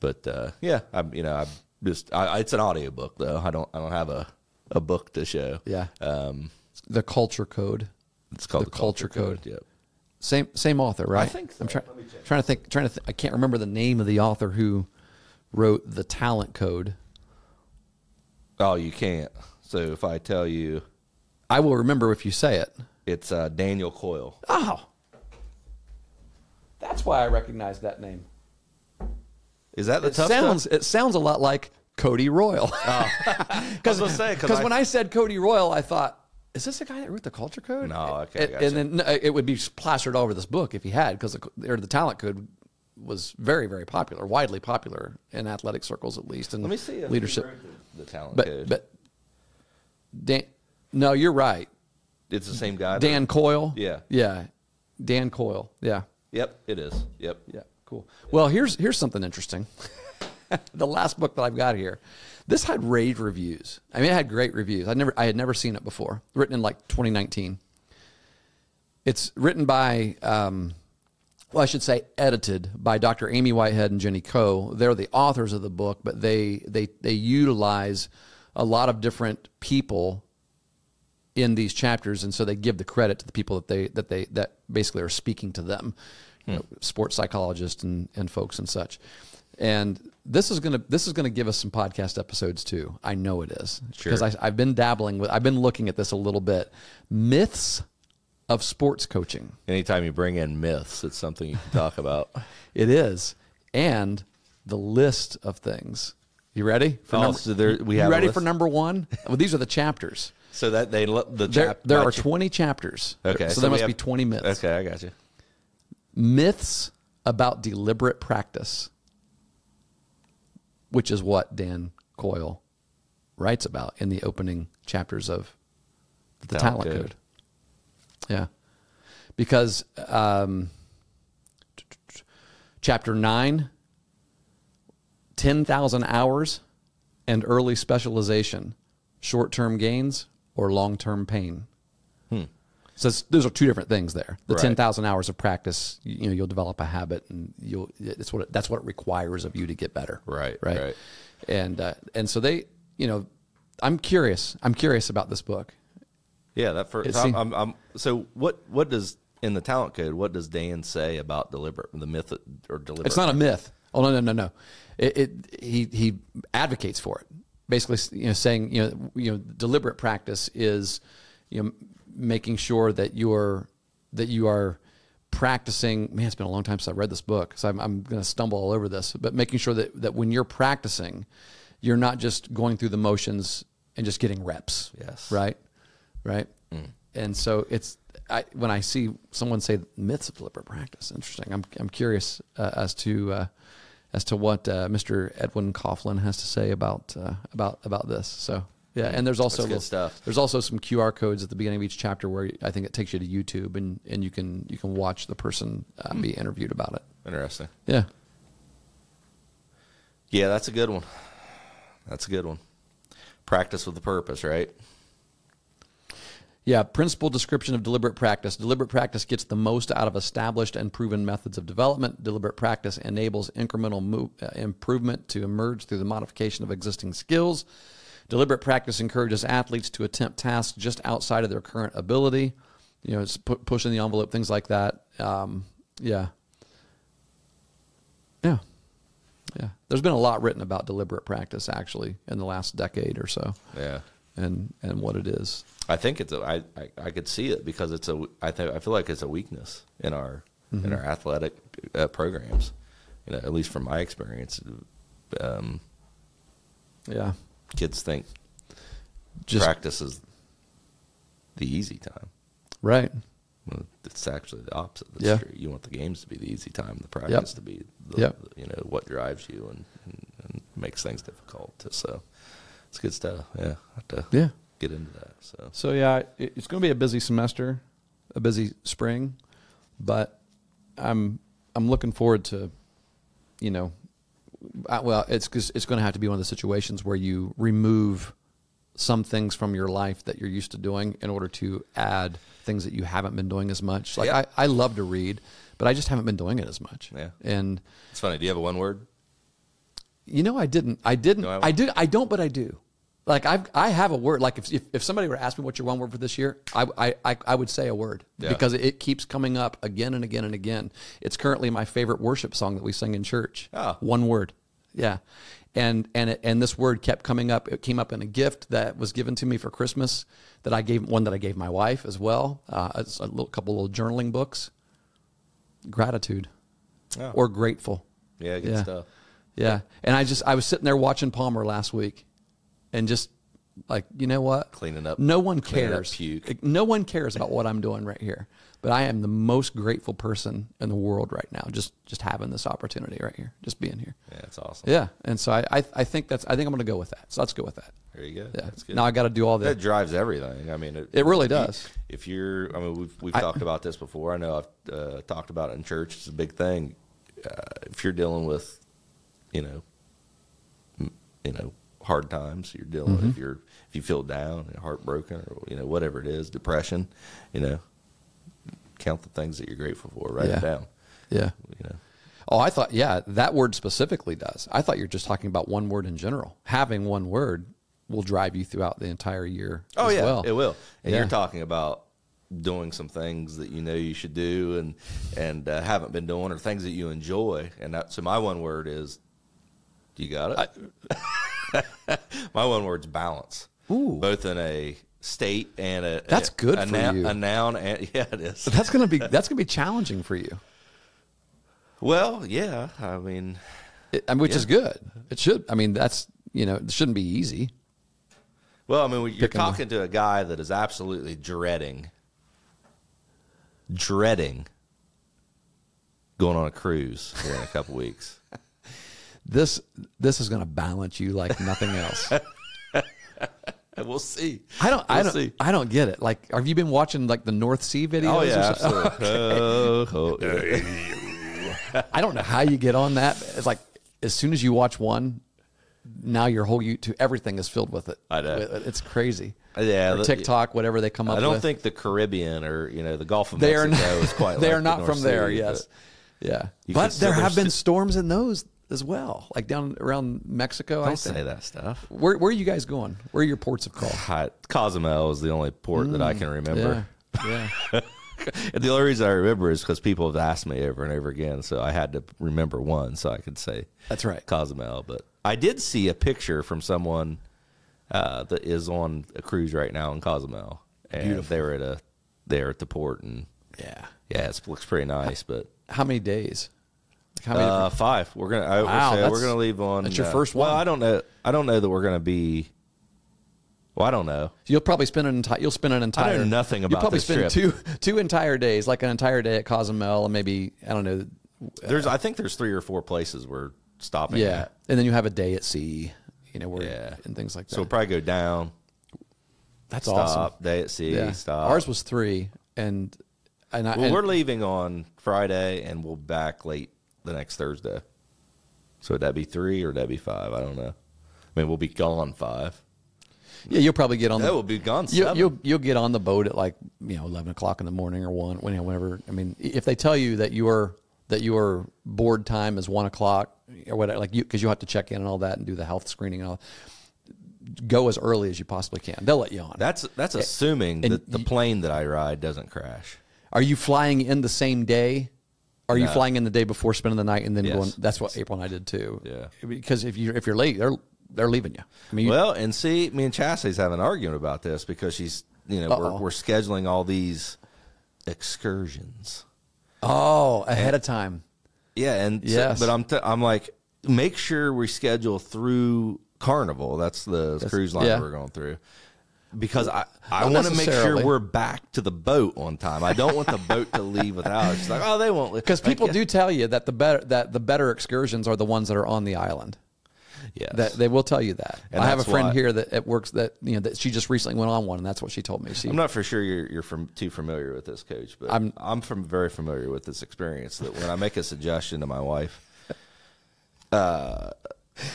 Speaker 2: But uh, yeah, I'm you know I just I, it's an audiobook though. I don't I don't have a a book to show.
Speaker 1: yeah.
Speaker 2: Um,
Speaker 1: the culture code.
Speaker 2: it's called
Speaker 1: The Culture Code.
Speaker 2: Yep.
Speaker 1: Same same author, right?
Speaker 2: think so.
Speaker 1: I'm try-
Speaker 2: Let me check.
Speaker 1: trying to think. Trying to. Th- I can't remember the name of the author who wrote the Talent Code.
Speaker 2: Oh, you can't. So if I tell you,
Speaker 1: I will remember if you say it.
Speaker 2: it's uh, Daniel Coyle.
Speaker 1: Oh, that's why I recognize that name.
Speaker 2: Is that the
Speaker 1: It
Speaker 2: tough
Speaker 1: sounds
Speaker 2: Stuff? Oh.
Speaker 1: it sounds a lot like Cody Royal. Because
Speaker 2: I was gonna say, 'cause I-
Speaker 1: when I said Cody Royal, I thought, is this the guy that wrote the Culture Code?
Speaker 2: No, okay,
Speaker 1: And-
Speaker 2: gotcha.
Speaker 1: And then no, it would be plastered all over this book if he had, because the, or the Talent Code was very very popular, widely popular in athletic circles at least, and
Speaker 2: Let me see. if he
Speaker 1: leadership.
Speaker 2: wrote The, the talent
Speaker 1: but
Speaker 2: code.
Speaker 1: but Dan, no, you're right.
Speaker 2: it's the same guy. that-
Speaker 1: Dan Coyle.
Speaker 2: Yeah.
Speaker 1: yeah, Dan Coyle. Yeah,
Speaker 2: Yep, it is. Yep.
Speaker 1: yeah, cool. Well, here's here's something interesting. the last book that I've got here, this had rave reviews. I mean, it had great reviews. I never I had never seen it before. Written in like 2019. It's written by, um, well, I should say, edited by Dr. Amy Whitehead and Jenny Coe. They're the authors of the book, but they they they utilize a lot of different people in these chapters, and so they give the credit to the people that they that they that basically are speaking to them, you know,
Speaker 2: Hmm.
Speaker 1: sports psychologists and and folks and such. And this is gonna this is gonna give us some podcast episodes too. I know it is because I, I've been dabbling with I've been looking at this a little bit. Myths of sports coaching.
Speaker 2: Anytime you bring in myths, it's something you can talk about.
Speaker 1: It is, and the list of things. You ready? For
Speaker 2: Oh, so there- we
Speaker 1: you
Speaker 2: have a
Speaker 1: ready
Speaker 2: list?
Speaker 1: for number one? Well, these are the chapters.
Speaker 2: So that they lo- the
Speaker 1: There,
Speaker 2: chap-
Speaker 1: there
Speaker 2: my
Speaker 1: are
Speaker 2: cha-
Speaker 1: 20 chapters.
Speaker 2: Okay,
Speaker 1: So,
Speaker 2: so
Speaker 1: there
Speaker 2: we
Speaker 1: must
Speaker 2: have-
Speaker 1: be 20 myths.
Speaker 2: Okay, I got you.
Speaker 1: myths about deliberate practice, which is what Dan Coyle writes about in the opening chapters of the Talent,
Speaker 2: Talent
Speaker 1: Code.
Speaker 2: Code.
Speaker 1: Yeah, because um, chapter nine, 10,000 hours and early specialization, short term gains or long term pain. So it's, those are two different things there. The
Speaker 2: Hmm. Right.
Speaker 1: 10,000 hours of practice, you, you know, you'll develop a habit and you'll, it's what, it, that's what it requires of you to get better.
Speaker 2: Right,
Speaker 1: Right.
Speaker 2: right.
Speaker 1: And, uh, and so they, you know, I'm curious. I'm curious about this book.
Speaker 2: Yeah, that first.
Speaker 1: It's
Speaker 2: So, I'm,
Speaker 1: the-
Speaker 2: I'm, I'm, so what? What does in the talent code? What does Dan say about deliberate the myth or deliberate?
Speaker 1: It's not a myth. Oh no, no, no, no. It, it he he advocates for it. Basically, you know, saying you know you know deliberate practice is you know making sure that you're that you are practicing. Man, it's been a long time since I read this book, so I'm I'm going to stumble all over this. But making sure that that when you're practicing, you're not just going through the motions and just getting reps.
Speaker 2: Yes.
Speaker 1: Right. Right.
Speaker 2: Mm.
Speaker 1: And so it's I, when I see someone say myths of deliberate practice, interesting. I'm I'm curious uh, as to uh, as to what uh, Mr. Edwin Coughlin has to say about uh, about about this. So yeah, and there's also
Speaker 2: Mm. That's good stuff.
Speaker 1: There's also some QR codes at the beginning of each chapter where I think it takes you to YouTube and, and you can you can watch the person uh,
Speaker 2: Mm.
Speaker 1: be interviewed about it.
Speaker 2: interesting.
Speaker 1: Yeah,
Speaker 2: Yeah, that's a good one. That's a good one. Practice with a purpose, right?
Speaker 1: Yeah, principal description of deliberate practice. Deliberate practice gets the most out of established and proven methods of development. Deliberate practice enables incremental mo- uh, improvement to emerge through the modification of existing skills. Deliberate practice encourages athletes to attempt tasks just outside of their current ability. You know, it's pu- pushing the envelope, things like that. Um, yeah. Yeah. Yeah. There's been a lot written about deliberate practice, actually, in the last decade or so
Speaker 2: Yeah.
Speaker 1: and, and what it is.
Speaker 2: I think it's a, I, I I could see it because it's a I think I feel like it's a weakness in our
Speaker 1: Mm-hmm.
Speaker 2: in our athletic uh, programs, you know, at least from my experience. Um,
Speaker 1: Yeah.
Speaker 2: kids think
Speaker 1: Just
Speaker 2: practice is the easy time.
Speaker 1: Right.
Speaker 2: Well, it's actually the opposite. That's
Speaker 1: Yeah.
Speaker 2: true. You want the games to be the easy time, the practice to be, the,
Speaker 1: Yep.
Speaker 2: the- you know, what drives you and, and, and makes things difficult. So it's good stuff. Yeah, I have to
Speaker 1: Yeah.
Speaker 2: get into that. So
Speaker 1: So yeah, it- it's going to be a busy semester, a busy spring, but I'm I'm looking forward to, you know, I, well, it's 'cause it's going to have to be one of the situations where you remove some things from your life that you're used to doing in order to add things that you haven't been doing as much. Like
Speaker 2: Yeah.
Speaker 1: I, I love to read, but I just haven't been doing it as much.
Speaker 2: Yeah.
Speaker 1: And
Speaker 2: it's funny. Do you have a one word?
Speaker 1: you know I didn't I didn't
Speaker 2: No, I-
Speaker 1: I, did I don't but I do. Like I've, I have a word. Like if, if, if somebody were to ask me what's your one word for this year, I, I, I, I would say a word
Speaker 2: Yeah.
Speaker 1: because it, it keeps coming up again and again and again. It's currently my favorite worship song that we sing in church.
Speaker 2: Oh.
Speaker 1: One word. Yeah. And, and, it, and this word kept coming up. It came up in a gift that was given to me for Christmas that I gave, one that I gave my wife as well. Uh, it's a little, couple little journaling books. Gratitude
Speaker 2: Oh.
Speaker 1: or grateful.
Speaker 2: Yeah, good stuff.
Speaker 1: Yeah. And I just I was sitting there watching Palmer last week and just like, you know what?
Speaker 2: Cleaning up-
Speaker 1: No one
Speaker 2: cleaning up
Speaker 1: cares.
Speaker 2: puke.
Speaker 1: Like, No one cares about what I'm doing right here. But I am the most grateful person in the world right now, just just having this opportunity right here, just being here.
Speaker 2: Yeah, that's awesome.
Speaker 1: Yeah. And so I I, I think that's I think I'm gonna go with that. So let's go with that.
Speaker 2: There you go.
Speaker 1: Yeah.
Speaker 2: That's good.
Speaker 1: Now I gotta do all the
Speaker 2: that drives everything. I mean,
Speaker 1: It really
Speaker 2: if you-
Speaker 1: does.
Speaker 2: If you're, I mean, we've we've talked about this before. I know I've uh, talked about it in church. It's a big thing. Uh, if you're dealing with, you know, m- you know, hard times, you're dealing.
Speaker 1: Mm-hmm.
Speaker 2: If you're if you feel down and heartbroken, or you know, whatever it is, depression, you know, count the things that you're grateful for. Write
Speaker 1: Yeah.
Speaker 2: it down.
Speaker 1: Yeah.
Speaker 2: You know,
Speaker 1: Oh, I thought, yeah, that word specifically does. I thought you were just talking about one word in general. Having one word will drive you throughout the entire year.
Speaker 2: Oh
Speaker 1: as
Speaker 2: yeah,
Speaker 1: well.
Speaker 2: it will. And
Speaker 1: Yeah.
Speaker 2: you're talking about doing some things that you know you should do and and uh, haven't been doing, or things that you enjoy. And that, so my one word is, you got it. my one word's balance.
Speaker 1: Ooh.
Speaker 2: both in a state and a
Speaker 1: That's good
Speaker 2: a
Speaker 1: for
Speaker 2: noun,
Speaker 1: you.
Speaker 2: A noun and yeah, it is.
Speaker 1: That's gonna be that's gonna be challenging for you,
Speaker 2: Well, yeah. I mean,
Speaker 1: It- I mean, which is good. It should. I mean, that's you know, it shouldn't be easy.
Speaker 2: well, I mean, when you're
Speaker 1: Picking one.
Speaker 2: talking to a guy that is absolutely dreading, dreading going on a cruise here in a couple weeks.
Speaker 1: This this is gonna balance you like nothing else.
Speaker 2: And we'll see.
Speaker 1: I don't I
Speaker 2: We'll
Speaker 1: don't
Speaker 2: see.
Speaker 1: I don't get it. Like, have you been watching like the North Sea videos?
Speaker 2: Oh yeah,
Speaker 1: or something?
Speaker 2: absolutely. Oh, oh, yeah.
Speaker 1: I don't know how you get on that. It's like as soon as you watch one, now your whole YouTube everything is filled with it.
Speaker 2: I know. Uh,
Speaker 1: It's crazy.
Speaker 2: Yeah,
Speaker 1: Or
Speaker 2: the-
Speaker 1: TikTok, whatever they come up.
Speaker 2: I don't
Speaker 1: with.
Speaker 2: think the Caribbean or you know the Gulf of
Speaker 1: they are
Speaker 2: Mexico
Speaker 1: not.
Speaker 2: is quite.
Speaker 1: they
Speaker 2: like
Speaker 1: are
Speaker 2: the
Speaker 1: not
Speaker 2: North
Speaker 1: from there.
Speaker 2: Sea,
Speaker 1: Yes. Yeah,
Speaker 2: You
Speaker 1: but
Speaker 2: could still-
Speaker 1: there have
Speaker 2: there's
Speaker 1: been storms in those as well, like down around Mexico.
Speaker 2: but
Speaker 1: I
Speaker 2: Don't
Speaker 1: think.
Speaker 2: say that stuff.
Speaker 1: Where Where are you guys going? Where are your ports of call?
Speaker 2: Hot. Cozumel is the only port that I can
Speaker 1: Mm, Yeah,
Speaker 2: remember.
Speaker 1: yeah.
Speaker 2: And the only reason I remember is because people have asked me over and over again, so I had to remember one so I could say
Speaker 1: That's right.
Speaker 2: Cozumel. But I did see a picture from someone uh, that is on a cruise right now in Cozumel, and they were at a they're at the port, and
Speaker 1: Yeah.
Speaker 2: yeah, it looks pretty nice, but.
Speaker 1: How many days? Like, How many?
Speaker 2: Uh, five. We're gonna. I,
Speaker 1: Wow,
Speaker 2: wow,
Speaker 1: that's-
Speaker 2: we're gonna leave on.
Speaker 1: that's your
Speaker 2: uh,
Speaker 1: first
Speaker 2: Well,
Speaker 1: one.
Speaker 2: I don't know. I don't know that we're gonna be. Well, I don't know.
Speaker 1: you'll probably spend an entire. You'll spend an entire.
Speaker 2: nothing
Speaker 1: You'll
Speaker 2: about
Speaker 1: probably
Speaker 2: this
Speaker 1: spend
Speaker 2: trip.
Speaker 1: two two entire days, like an entire day at Cozumel, and maybe I don't know.
Speaker 2: There's. I think there's three or four places we're stopping.
Speaker 1: Yeah,
Speaker 2: At.
Speaker 1: and then you have a day at sea. You know, where
Speaker 2: Yeah.
Speaker 1: and things like that.
Speaker 2: So we'll probably go down.
Speaker 1: that's
Speaker 2: Stop.
Speaker 1: awesome.
Speaker 2: Day at sea.
Speaker 1: Yeah.
Speaker 2: Stop.
Speaker 1: Ours was three, and and I.
Speaker 2: Well,
Speaker 1: and-
Speaker 2: we're leaving on Friday, and we'll back late the next Thursday. So would that be three or would that be five? I don't know. I mean, we'll be gone five.
Speaker 1: Yeah, you'll probably get on.
Speaker 2: No,
Speaker 1: the,
Speaker 2: we'll be gone
Speaker 1: You,
Speaker 2: seven.
Speaker 1: you'll you'll get on the boat at like you know eleven o'clock in the morning or one when- you know, whenever. I mean, if they tell you that your that your board time is one o'clock or whatever, like you because you have to check in and all that and do the health screening and all. Go as early as you possibly can. They'll let you on.
Speaker 2: that's that's assuming
Speaker 1: and
Speaker 2: that the plane that I ride doesn't crash.
Speaker 1: Are you flying in the same day? Are you flying in the day before spending the night and then
Speaker 2: Yes.
Speaker 1: going? That's what April and I did too.
Speaker 2: Yeah.
Speaker 1: because if you if you're late, they're they're leaving you. I mean, you-
Speaker 2: Well, and see, me and Chassie's having an argument about this because she's, you know, we're,
Speaker 1: Uh-oh.
Speaker 2: we're scheduling all these excursions.
Speaker 1: oh, ahead of time.
Speaker 2: Yeah, and so-
Speaker 1: Yes.
Speaker 2: but I'm t- I'm like, make sure we schedule through Carnival. That's the cruise line
Speaker 1: yeah.
Speaker 2: we're going through. Because I, I
Speaker 1: Not
Speaker 2: want to make sure
Speaker 1: necessarily.
Speaker 2: we're back to the boat on time. I don't want the boat to leave without us. She's like, oh, they won't leave.
Speaker 1: Because people do tell you that the better that the better excursions are the ones that are on the island.
Speaker 2: Yes.
Speaker 1: That they will tell you that.
Speaker 2: And
Speaker 1: I have a
Speaker 2: that's
Speaker 1: friend
Speaker 2: why-
Speaker 1: here that at works that you know that she just recently went on one, and that's what she told me. She
Speaker 2: I'm not for sure you're you're from too familiar with this coach, but I'm I'm from very familiar with this experience that when I make a suggestion to my wife, uh,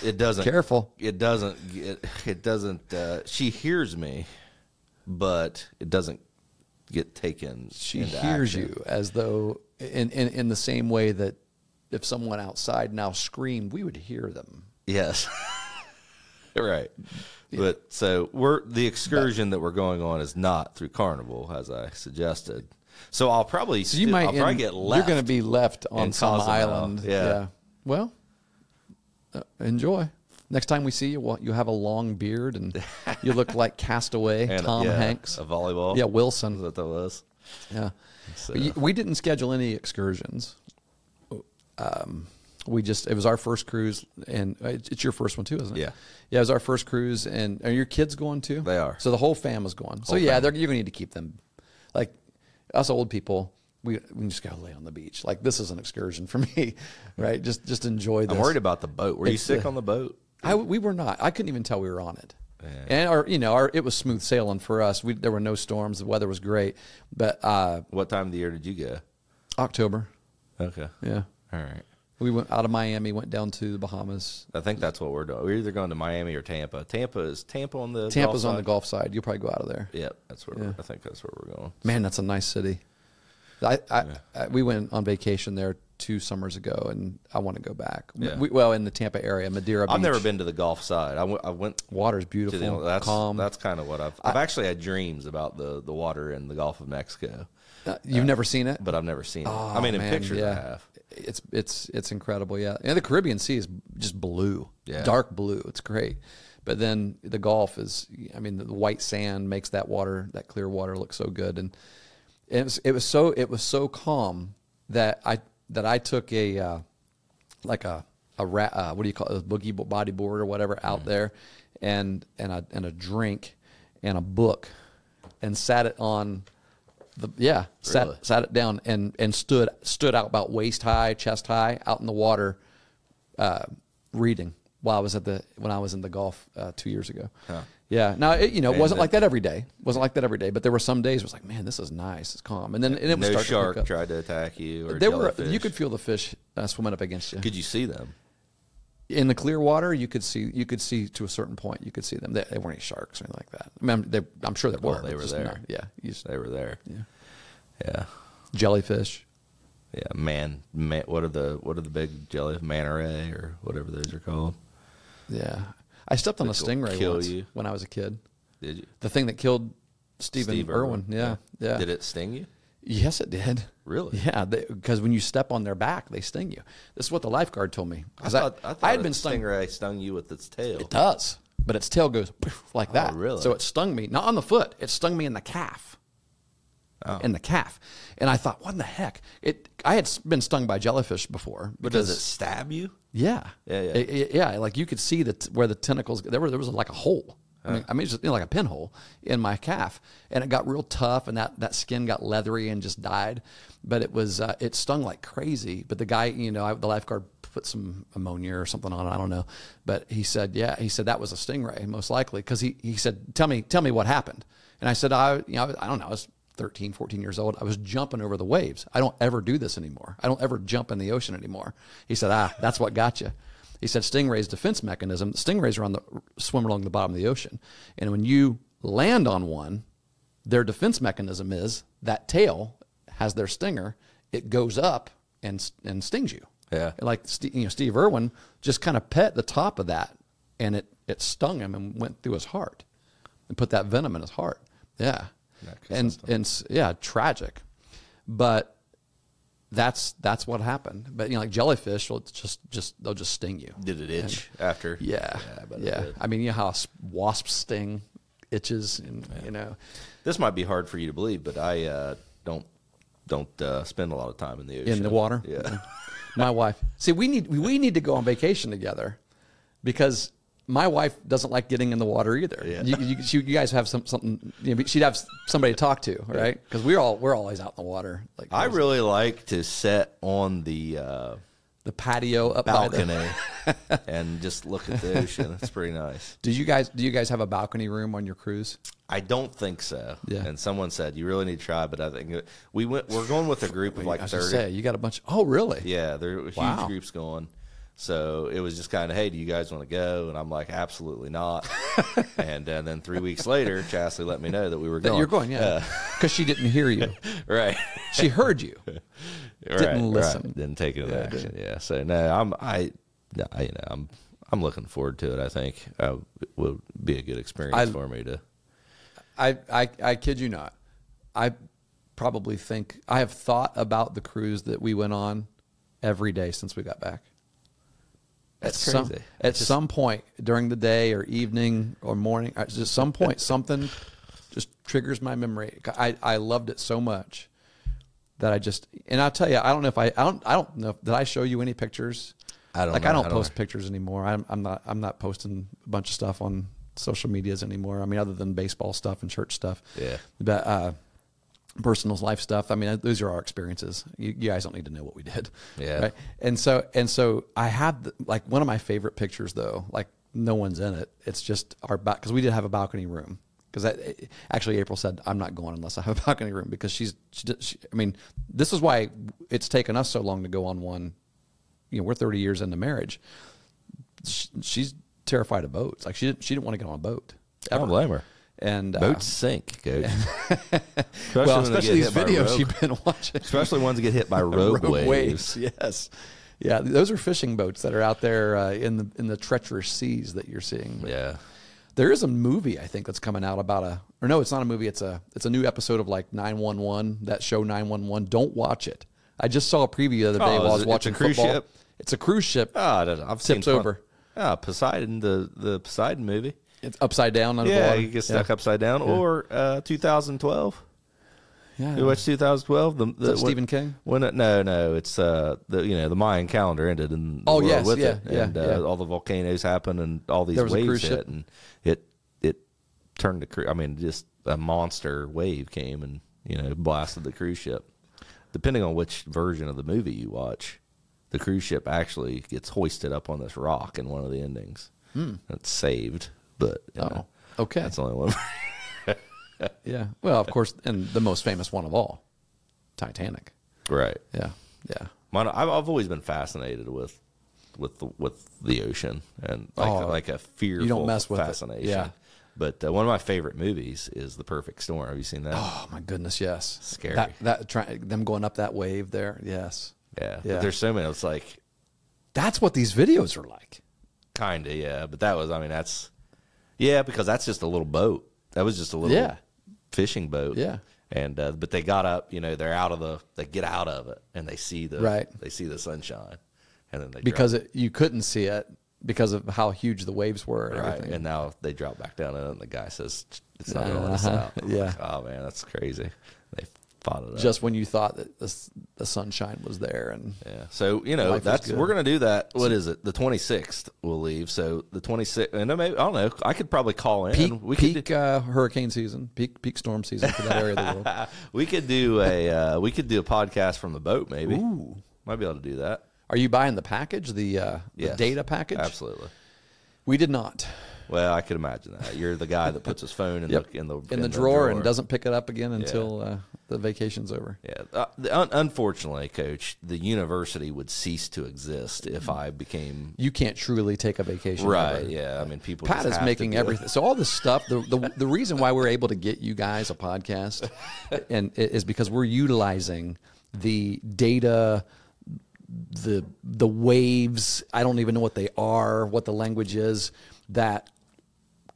Speaker 2: it doesn't
Speaker 1: Careful.
Speaker 2: It doesn't. It, it doesn't. Uh, she hears me, but it doesn't get taken.
Speaker 1: she hears you as though in, in in the same way that if someone outside now screamed, we would hear them.
Speaker 2: Yes. right. But so we're the excursion that we're going on is not through Carnival, as I suggested. So I'll probably
Speaker 1: So you
Speaker 2: sti-
Speaker 1: might
Speaker 2: I'll probably
Speaker 1: end-
Speaker 2: get left.
Speaker 1: You're going to be left on
Speaker 2: in
Speaker 1: some
Speaker 2: Cozumel.
Speaker 1: island.
Speaker 2: Yeah.
Speaker 1: Well, uh, enjoy. Next time we see you, well, you have a long beard and you look like Castaway
Speaker 2: And,
Speaker 1: Tom
Speaker 2: yeah,
Speaker 1: Hanks.
Speaker 2: a volleyball.
Speaker 1: Yeah,
Speaker 2: Is
Speaker 1: Wilson.
Speaker 2: what that was.
Speaker 1: Yeah.
Speaker 2: So-
Speaker 1: But you- We didn't schedule any excursions. Um, we just it was our first cruise, and it- it's your first one too, isn't it?
Speaker 2: Yeah.
Speaker 1: yeah. It was our first cruise, and are your kids going too?
Speaker 2: They are.
Speaker 1: So the whole fam is going. So
Speaker 2: Whole
Speaker 1: yeah,
Speaker 2: fam.
Speaker 1: they're, you're gonna need to keep them. Like us old people, we we just gotta lay on the beach. Like this is an excursion for me, right? Just just enjoy this.
Speaker 2: I'm worried about the boat. Were you
Speaker 1: It's
Speaker 2: sick
Speaker 1: the-
Speaker 2: on the boat?
Speaker 1: I, we were not. I couldn't even tell we were on it.
Speaker 2: Yeah.
Speaker 1: And our, you know, our, it was smooth sailing for us. We, there were no storms. The weather was great. But uh,
Speaker 2: What time of the year did you go?
Speaker 1: October,
Speaker 2: Okay.
Speaker 1: yeah,
Speaker 2: All right.
Speaker 1: We went out of Miami, went down to the Bahamas.
Speaker 2: I think that's what we're doing. We're either going to Miami or Tampa. Tampa is Tampa on the
Speaker 1: Tampa's on the
Speaker 2: side?
Speaker 1: Gulf side. You'll probably go out of there.
Speaker 2: Yep, that's where
Speaker 1: Yeah.
Speaker 2: we're, I think that's where we're going.
Speaker 1: Man, that's a nice city. I, I, I we went on vacation there two summers ago, and I want to go back.
Speaker 2: Yeah.
Speaker 1: We, well, in the Tampa area, Madeira.
Speaker 2: I've
Speaker 1: Beach.
Speaker 2: never been to the Gulf side. I, w- I went
Speaker 1: Water's beautiful,
Speaker 2: to the that's
Speaker 1: calm.
Speaker 2: that's kind of what I've I've actually had dreams about the the water in the Gulf of Mexico,
Speaker 1: Uh, You've never seen it,
Speaker 2: but I've never seen it.
Speaker 1: Oh,
Speaker 2: I mean, in
Speaker 1: man,
Speaker 2: pictures I
Speaker 1: yeah.
Speaker 2: have.
Speaker 1: It's it's it's incredible. Yeah, and the Caribbean Sea is just blue,
Speaker 2: Yeah.
Speaker 1: dark blue. It's great. But then the Gulf is, I mean, the white sand makes that water, that clear water, look so good. And it was, it was so it was so calm that I that I took a uh, like a a ra- uh, what do you call it, a boogie bo- body board or whatever out there, and and a and a drink and a book, and sat it on the yeah sat
Speaker 2: Really?
Speaker 1: sat it down and and stood stood out about waist high chest high out in the water uh, reading while I was at the when I was in the golf uh, two years ago.
Speaker 2: Huh.
Speaker 1: Yeah. Now it, you know it wasn't
Speaker 2: And
Speaker 1: like that every day. wasn't like that every day. But there were some days it was like, man, this is nice. It's calm. And then and it was
Speaker 2: No
Speaker 1: starting to
Speaker 2: shark
Speaker 1: pick up.
Speaker 2: tried to attack you. Or
Speaker 1: There were you
Speaker 2: jellyfish.
Speaker 1: could feel the fish uh, swimming up against you
Speaker 2: could you see them?
Speaker 1: in the clear water. You could see you could see to a certain point. You could see them. They, they weren't any sharks or anything like that. I mean, they, I'm sure there were.
Speaker 2: Well, they
Speaker 1: but
Speaker 2: were
Speaker 1: just
Speaker 2: there.
Speaker 1: not- yeah. You just-
Speaker 2: They were there.
Speaker 1: yeah.
Speaker 2: Yeah,
Speaker 1: Jellyfish.
Speaker 2: yeah. Man, man, what are the what are the big jelly manta ray or whatever those are called?
Speaker 1: Yeah. I stepped on a
Speaker 2: Which will
Speaker 1: stingray
Speaker 2: kill
Speaker 1: once
Speaker 2: you.
Speaker 1: when I was a kid.
Speaker 2: Did you?
Speaker 1: The thing that killed Stephen
Speaker 2: Steve
Speaker 1: Irwin. Yeah. Yeah.
Speaker 2: Did it sting you?
Speaker 1: Yes, it did.
Speaker 2: Really?
Speaker 1: Yeah, because when you step on their back, they sting you. This is what the lifeguard told me. 'Cause I, I, had
Speaker 2: a
Speaker 1: been stung.
Speaker 2: Stingray stung you with its tail.
Speaker 1: It does, but its tail goes poof like that.
Speaker 2: Oh, really?
Speaker 1: So it stung me, not on the foot. It stung me in the calf.
Speaker 2: Oh.
Speaker 1: In the calf, and I thought, what in the heck? It. I had s- been stung by jellyfish before.
Speaker 2: but does it
Speaker 1: because-
Speaker 2: stab you?
Speaker 1: Yeah.
Speaker 2: Yeah, yeah.
Speaker 1: It- it- yeah. Like you could see that where the tentacles there were there was like a hole. I mean, I mean, just, you know, like a pinhole in my calf, and it got real tough, and that, that skin got leathery and just died. But it was uh, it stung like crazy. But the guy, you know, I, the lifeguard put some ammonia or something on it. I don't know, but he said, yeah, he said that was a stingray most likely because he he said, tell me tell me what happened, and I said, I you know I don't know, I was 13, 14 years old, I was jumping over the waves. I don't ever do this anymore. I don't ever jump in the ocean anymore. He said, ah, that's what got you. He said, stingray's defense mechanism. Stingrays are on the swim along the bottom of the ocean, and when you land on one, their defense mechanism is that tail has their stinger. It goes up and and stings you.
Speaker 2: Yeah.
Speaker 1: like Ste you know, Steve Irwin just kind of pet the top of that, and it it stung him and went through his heart, and put that venom in his heart. Yeah,
Speaker 2: Yeah, 'cause
Speaker 1: and and s- yeah, tragic, but that's that's what happened. But you know, like jellyfish, will just just they'll just sting you.
Speaker 2: Did it itch after?
Speaker 1: Yeah,
Speaker 2: I
Speaker 1: yeah.
Speaker 2: bet it did.
Speaker 1: I mean, you know how s- wasps sting, itches, and you know,
Speaker 2: This might be hard for you to believe, but I uh, don't don't uh, spend a lot of time in the ocean.
Speaker 1: in the water. Mm-hmm.
Speaker 2: Yeah.
Speaker 1: my wife. See, we need we need to go on vacation together because my wife doesn't like getting in the water either.
Speaker 2: Yeah.
Speaker 1: You, you, she, you guys have some something. You know, she'd have somebody to talk to, right? Because we're all we're always out in the water. Like
Speaker 2: I really like to set on the uh,
Speaker 1: the patio up by the-
Speaker 2: balcony and just look at the ocean. It's pretty nice.
Speaker 1: Do you guys do you guys have a balcony room on your cruise?
Speaker 2: I don't think so.
Speaker 1: Yeah.
Speaker 2: And someone said you really need to try, but I think it- we went. We're going with a group of like
Speaker 1: I should
Speaker 2: thirty.
Speaker 1: say you got a bunch. Oh, really?
Speaker 2: Yeah, there were huge
Speaker 1: Wow.
Speaker 2: groups going. So it was just kind of, hey, do you guys want to go? And I'm like, absolutely not. and uh, then three weeks later, Chastity let me know that we were
Speaker 1: That
Speaker 2: going. Uh,
Speaker 1: you're going, yeah. Because she didn't hear you.
Speaker 2: right.
Speaker 1: She heard you.
Speaker 2: Right,
Speaker 1: listen.
Speaker 2: Didn't take it action. Yeah. So no, I'm I, no, I- you know, I'm I'm looking forward to it. I think uh, it will be a good experience
Speaker 1: I-
Speaker 2: for me to.
Speaker 1: I, I I kid you not. I probably think I have thought about the cruise that we went on every day since we got back.
Speaker 2: That's
Speaker 1: at some
Speaker 2: crazy.
Speaker 1: at some point during the day or evening or morning, at just some point something just triggers my memory. I I loved it so much that I just and I'll tell you I don't know if I I don't I don't know if, did I show you any pictures.
Speaker 2: I don't
Speaker 1: like
Speaker 2: know.
Speaker 1: I don't
Speaker 2: I don't
Speaker 1: post pictures anymore. I'm, I'm not I'm not posting a bunch of stuff on social medias anymore. I mean, other than baseball stuff and church stuff.
Speaker 2: Yeah.
Speaker 1: But uh, personal life stuff. I mean, uh, those are our experiences. You, you guys don't need to know what we did.
Speaker 2: Yeah.
Speaker 1: And so and so I had the, like one of my favorite pictures though. Like no one's in it. It's just our because we did have a balcony room. Because actually, April said I'm not going unless I have a balcony room because she's. She, did- she, I mean, this is why it's taken us so long to go on one. You know, we're 30 years into marriage sh- she's terrified of boats. Like she didn't, she didn't want to get on a boat.
Speaker 2: I don't blame her.
Speaker 1: And uh,
Speaker 2: Boats sink, coach. especially
Speaker 1: well,
Speaker 2: when they get
Speaker 1: especially these
Speaker 2: hit by
Speaker 1: videos
Speaker 2: rogue-
Speaker 1: you've been watching.
Speaker 2: especially ones that get hit by rogue, waves.
Speaker 1: yes, yeah. Those are fishing boats that are out there uh, in the in the treacherous seas that you're seeing.
Speaker 2: Yeah,
Speaker 1: There is a movie I think that's coming out about a or no, it's not a movie. It's a it's a new episode of like 911 that show 911. Don't watch it. I just saw a preview the other day
Speaker 2: Oh,
Speaker 1: while I was
Speaker 2: is it- it's a
Speaker 1: watching
Speaker 2: cruise
Speaker 1: football.
Speaker 2: ship?
Speaker 1: It's a cruise ship.
Speaker 2: oh, I don't know. I've seen
Speaker 1: Tips
Speaker 2: plen-
Speaker 1: over.
Speaker 2: Ah, Poseidon, the the Poseidon movie.
Speaker 1: It's upside down under the
Speaker 2: Yeah,
Speaker 1: water.
Speaker 2: you get stuck upside down. Or uh, 2012.
Speaker 1: Yeah.
Speaker 2: You watched 2012? The, the,
Speaker 1: that Stephen King?
Speaker 2: When it, no, no, it's uh, the you know the Mayan calendar ended and
Speaker 1: Oh,
Speaker 2: the world
Speaker 1: yes,
Speaker 2: with
Speaker 1: yeah,
Speaker 2: it,
Speaker 1: yeah,
Speaker 2: and
Speaker 1: yeah.
Speaker 2: Uh, all the volcanoes happened and all these
Speaker 1: There was a
Speaker 2: waves
Speaker 1: cruise
Speaker 2: hit
Speaker 1: ship.
Speaker 2: and it it turned the cru- I mean, just a monster wave came and you know blasted the cruise ship. Depending on which version of the movie you watch, the cruise ship actually gets hoisted up on this rock in one of the endings. It's saved, but you know,
Speaker 1: Hmm. Oh, okay.
Speaker 2: that's the only one.
Speaker 1: Yeah. Well, of course, and the most famous one of all, Titanic.
Speaker 2: right.
Speaker 1: Yeah. Yeah.
Speaker 2: Mine, I've, I've always been fascinated with with the, with the ocean and like
Speaker 1: Oh,
Speaker 2: like a fearful
Speaker 1: mess with it.
Speaker 2: fascination.
Speaker 1: Yeah.
Speaker 2: But uh, one of my favorite movies is The Perfect Storm. Have you seen that?
Speaker 1: Oh my goodness, yes.
Speaker 2: Scary.
Speaker 1: That that try, them going up that wave there. Yes.
Speaker 2: yeah. But
Speaker 1: Yeah.
Speaker 2: there's so many. It's like
Speaker 1: That's what these videos are like.
Speaker 2: kind of yeah. But that was I mean that's yeah because that's just a little boat. That was just a little
Speaker 1: Yeah.
Speaker 2: fishing boat.
Speaker 1: Yeah.
Speaker 2: And uh, but they got up. You know they're out of the they get out of it and they see the
Speaker 1: Right.
Speaker 2: They see the sunshine and then they
Speaker 1: Because it, you couldn't see it because of how huge the waves were and
Speaker 2: Right.
Speaker 1: everything.
Speaker 2: And now they drop back down, and the guy says, "It's not going to let us
Speaker 1: Uh-huh.
Speaker 2: out."
Speaker 1: Yeah.
Speaker 2: Like, oh man, that's crazy. They fought it up.
Speaker 1: Just when you thought that the, s- the sunshine was there and
Speaker 2: yeah. So you know
Speaker 1: Life is
Speaker 2: that's
Speaker 1: good.
Speaker 2: we're going to do that. What is it? The twenty sixth we'll leave. So the twenty sixth, and I may- I don't know. I could probably call in.
Speaker 1: peak,
Speaker 2: we could
Speaker 1: peak uh, hurricane season, peak peak storm season for that area of the world.
Speaker 2: do, we could do a uh, we could do a podcast from the boat. Maybe might be able to do that.
Speaker 1: Are you buying the package, the, uh,
Speaker 2: Yes.
Speaker 1: the data package?
Speaker 2: Absolutely.
Speaker 1: We did not.
Speaker 2: Well, I could imagine that you're the guy that puts his phone in
Speaker 1: Yep.
Speaker 2: the in the
Speaker 1: in the drawer, and doesn't pick it up again until uh, the vacation's over.
Speaker 2: Yeah. Uh, the- un- unfortunately, coach, the university would cease to exist if I became
Speaker 1: You can't truly take a vacation.
Speaker 2: right.
Speaker 1: ever.
Speaker 2: Yeah. I mean, people.
Speaker 1: Pat
Speaker 2: just
Speaker 1: is
Speaker 2: have to
Speaker 1: making
Speaker 2: do it.
Speaker 1: everything. So all this stuff, the, the the reason why we're able to get you guys a podcast, and i- is because we're utilizing the data, the the waves. I don't even know what they are, what the language is that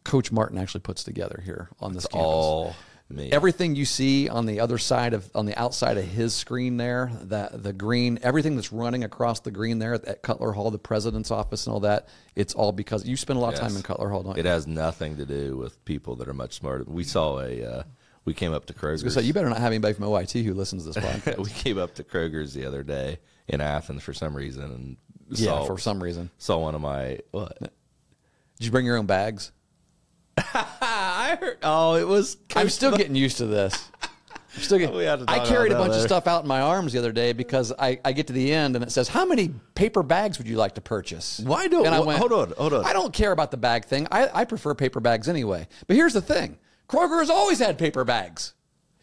Speaker 1: Coach Martin actually puts together here on this campus.
Speaker 2: all me.
Speaker 1: everything you see on the other side of on the outside of his screen there that the green everything that's running across the green there at, at cutler hall the president's office and all that it's all because you spend a lot of time
Speaker 2: Yes.
Speaker 1: in cutler hall don't you
Speaker 2: it has nothing to do with people that are much smarter. We saw a. Uh, we came up to Kroger's.
Speaker 1: so you better not have anybody from OIT who listens to this podcast.
Speaker 2: we came up to Kroger's the other day in Athens for some reason and
Speaker 1: yeah,
Speaker 2: saw
Speaker 1: for some reason.
Speaker 2: saw one of my what.
Speaker 1: Did you bring your own bags?
Speaker 2: I heard. Oh, it was.
Speaker 1: I'm still getting used to this. I'm still getting,
Speaker 2: We had to talk
Speaker 1: I carried a
Speaker 2: about that
Speaker 1: bunch of
Speaker 2: later.
Speaker 1: stuff out in my arms the other day because I, I get to the end and it says, "How many paper bags would you like to purchase?"
Speaker 2: Why don't-
Speaker 1: And I
Speaker 2: wh-
Speaker 1: went,
Speaker 2: hold on, hold on.
Speaker 1: I don't care about the bag thing. I, I prefer paper bags anyway. But here's the thing: Kroger has always had paper bags.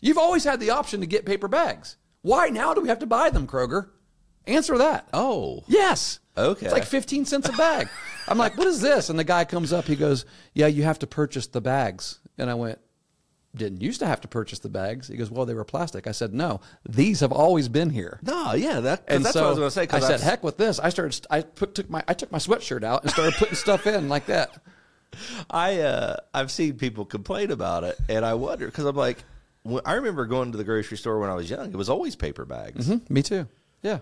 Speaker 1: You've always had the option to get paper bags. Why now do we have to buy them, Kroger? Answer that.
Speaker 2: Oh.
Speaker 1: Yes.
Speaker 2: Okay.
Speaker 1: It's like 15 cents a bag. I'm like, what is this? And the guy comes up, he goes, yeah, you have to purchase the bags. And I went, didn't used to have to purchase the bags. He goes, well, they were plastic. I said, no, these have always been here.
Speaker 2: No, yeah, that, 'cause
Speaker 1: And
Speaker 2: that's
Speaker 1: so
Speaker 2: what I was going to say. 'cause
Speaker 1: I said,
Speaker 2: I've-
Speaker 1: heck with this. I started, I put, took my, I took my sweatshirt out and started putting stuff in like that.
Speaker 2: I uh, I've seen people complain about it, and I wonder because I'm like, when, I remember going to the grocery store when I was young. It was always paper bags.
Speaker 1: Hmm, Me too. Yeah.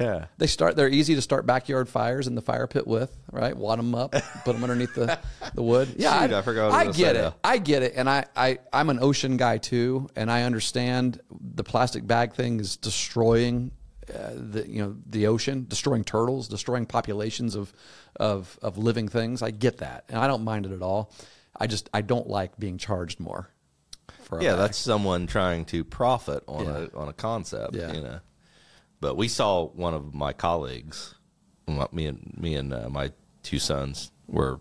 Speaker 2: Yeah,
Speaker 1: They start, they're easy to start backyard fires in the fire pit with, right? Wad them up, put them underneath the, the wood. Yeah.
Speaker 2: Shoot, I forgot what I was
Speaker 1: get
Speaker 2: gonna say
Speaker 1: it.
Speaker 2: now.
Speaker 1: I get it. And I, I, I'm an ocean guy too. And I understand the plastic bag thing is destroying. Uh, the you know the ocean destroying turtles destroying populations of of of living things i get that and i don't mind it at all i just i don't like being charged more for a
Speaker 2: yeah,
Speaker 1: bag.
Speaker 2: that's someone trying to profit on a on a concept.
Speaker 1: Yeah.
Speaker 2: you know. But we saw one of my colleagues, my- me and me and uh, my two sons were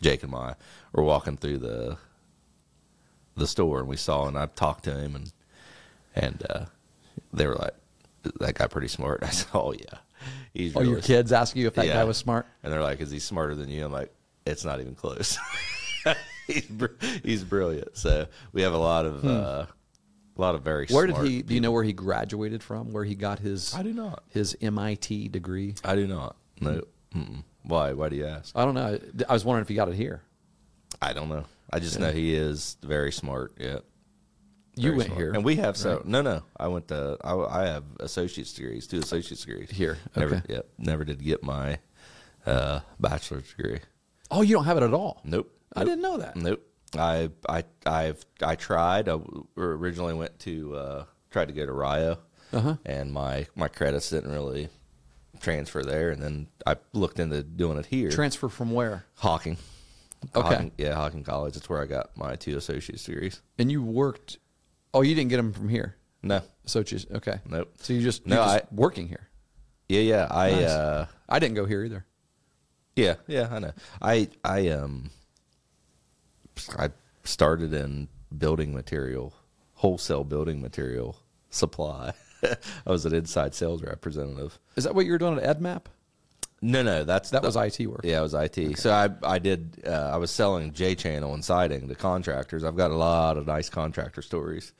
Speaker 2: Jake and my were walking through the the store, and we saw, and I talked to him, and and uh, they were like, "That guy pretty smart." I said, "Oh yeah, he's
Speaker 1: Oh, your
Speaker 2: really
Speaker 1: kids ask you if that
Speaker 2: Yeah.
Speaker 1: guy was smart.
Speaker 2: And they're like, "Is he smarter than you?" I'm like, "It's not even close. he's br- he's brilliant." So we have a lot of uh, a lot of very.
Speaker 1: Hmm. Where
Speaker 2: smart
Speaker 1: did he? Do you know where he graduated from? Where he got his?
Speaker 2: I do not.
Speaker 1: His MIT degree.
Speaker 2: I do not. No. Mm-mm. Why? Why do you ask?
Speaker 1: I don't know. I was wondering if he got it here.
Speaker 2: I don't know. I just know he is very smart. Yeah.
Speaker 1: You
Speaker 2: Very
Speaker 1: went
Speaker 2: smart.
Speaker 1: here,
Speaker 2: and we have so no no. I went to I, I have associate's degrees, two associate's degrees
Speaker 1: Here,
Speaker 2: Never,
Speaker 1: okay.
Speaker 2: yep, never did get my uh, bachelor's degree.
Speaker 1: oh, you don't have it at all.
Speaker 2: Nope.
Speaker 1: I didn't know that.
Speaker 2: Nope. I I I've I tried. I w- originally went to uh, tried to go to Rio, and my my credits didn't really transfer there. And then I looked into doing it here.
Speaker 1: Transfer from where?
Speaker 2: Hawking.
Speaker 1: Okay.
Speaker 2: Hawking- yeah, Hawking College. That's where I got my two associate's degrees.
Speaker 1: And you worked. Oh, you didn't get him from here.
Speaker 2: No.
Speaker 1: So just okay.
Speaker 2: Nope.
Speaker 1: So you just
Speaker 2: No,
Speaker 1: you're just
Speaker 2: I-
Speaker 1: working here.
Speaker 2: Yeah, yeah. I uh,
Speaker 1: I didn't go here either.
Speaker 2: Yeah, yeah, I know. I I um I started in building material, wholesale building material supply. I was an inside sales representative.
Speaker 1: Is that what you were doing at EdMap?
Speaker 2: No, no, that's
Speaker 1: That was IT work.
Speaker 2: Yeah, it was IT. So I I did uh, I was selling J channel and siding to contractors. I've got a lot of nice contractor stories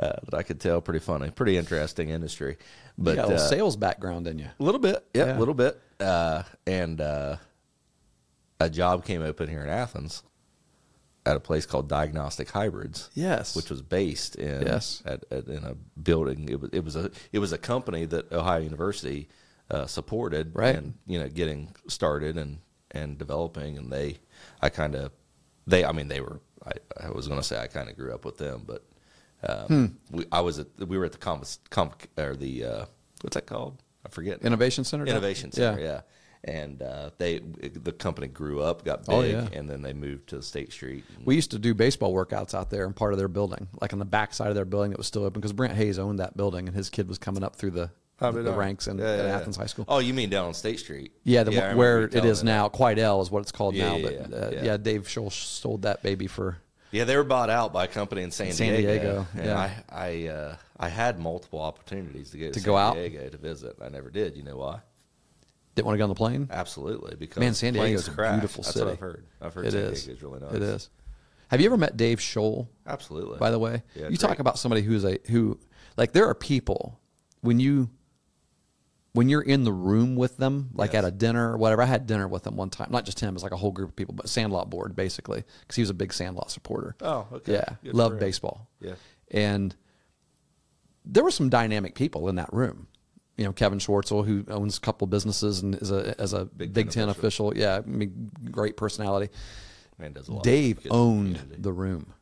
Speaker 2: uh, that I could tell. Pretty funny, pretty interesting industry. But
Speaker 1: you got a little
Speaker 2: uh,
Speaker 1: sales background in you.
Speaker 2: a little bit, yeah,
Speaker 1: Yeah.
Speaker 2: a little bit. Uh, and uh, a job came open here in Athens at a place called Diagnostic Hybrids,
Speaker 1: Yes.
Speaker 2: which was based in
Speaker 1: Yes.
Speaker 2: at, at, in a building. It was it was a it was a company that Ohio University uh, supported,
Speaker 1: Right.
Speaker 2: And you know, getting started and and developing, and they, I kind of, they, I mean, they were. I, I was going to say I kind of grew up with them, but
Speaker 1: Hmm.
Speaker 2: um, we, I was at we were at the conf, conf or the uh, what's that called? I forget.
Speaker 1: Innovation Center. down-
Speaker 2: Innovation Center, yeah. And uh, they the company grew up, got big,
Speaker 1: Oh, yeah.
Speaker 2: and then they moved to State Street. and-
Speaker 1: We used to do baseball workouts out there in part of their building, like on the back side of their building that was still open because Brent Hayes owned that building and his kid was coming up through the, the, ranks in,
Speaker 2: Oh, Yeah,
Speaker 1: at
Speaker 2: yeah, yeah.
Speaker 1: Athens High School.
Speaker 2: Oh, you mean down on State Street?
Speaker 1: yeah, the
Speaker 2: I
Speaker 1: one
Speaker 2: remember
Speaker 1: where
Speaker 2: you
Speaker 1: it
Speaker 2: telling
Speaker 1: is
Speaker 2: me that.
Speaker 1: now, Quite L is what it's called
Speaker 2: Yeah,
Speaker 1: now.
Speaker 2: yeah,
Speaker 1: but
Speaker 2: yeah,
Speaker 1: uh, yeah.
Speaker 2: yeah.
Speaker 1: Dave Schultz sold that baby for.
Speaker 2: Yeah, they were bought out by a company in San,
Speaker 1: San Diego,
Speaker 2: And
Speaker 1: yeah.
Speaker 2: I I, uh, I had multiple opportunities to go to,
Speaker 1: To
Speaker 2: San
Speaker 1: go out?
Speaker 2: Diego to visit. I never did. You know why?
Speaker 1: Didn't want to get on the plane.
Speaker 2: Absolutely, because
Speaker 1: Man, San
Speaker 2: planes
Speaker 1: Diego's a
Speaker 2: crash.
Speaker 1: beautiful
Speaker 2: That's
Speaker 1: city.
Speaker 2: What I've heard. I've heard
Speaker 1: It
Speaker 2: San
Speaker 1: is.
Speaker 2: Diego's really nice.
Speaker 1: It is. Have you ever met Dave Scholl?
Speaker 2: Absolutely.
Speaker 1: By the way,
Speaker 2: Yeah,
Speaker 1: you
Speaker 2: great.
Speaker 1: talk about somebody who's a who like there are people when you when you're in the room with them, like at a dinner or whatever. I had dinner with them one time, not just him, it's like a whole group of people, but Sandlot board basically because he was a big Sandlot supporter.
Speaker 2: Oh, okay.
Speaker 1: yeah,
Speaker 2: Good for
Speaker 1: loved
Speaker 2: him.
Speaker 1: baseball.
Speaker 2: Yeah.
Speaker 1: and there were some dynamic people in that room. You know, Kevin Schwartzel, who owns a couple businesses and is a as a Big, Ten, official. Yeah, I mean, great personality.
Speaker 2: Man does a lot.
Speaker 1: Dave
Speaker 2: Good
Speaker 1: owned
Speaker 2: community.
Speaker 1: the room.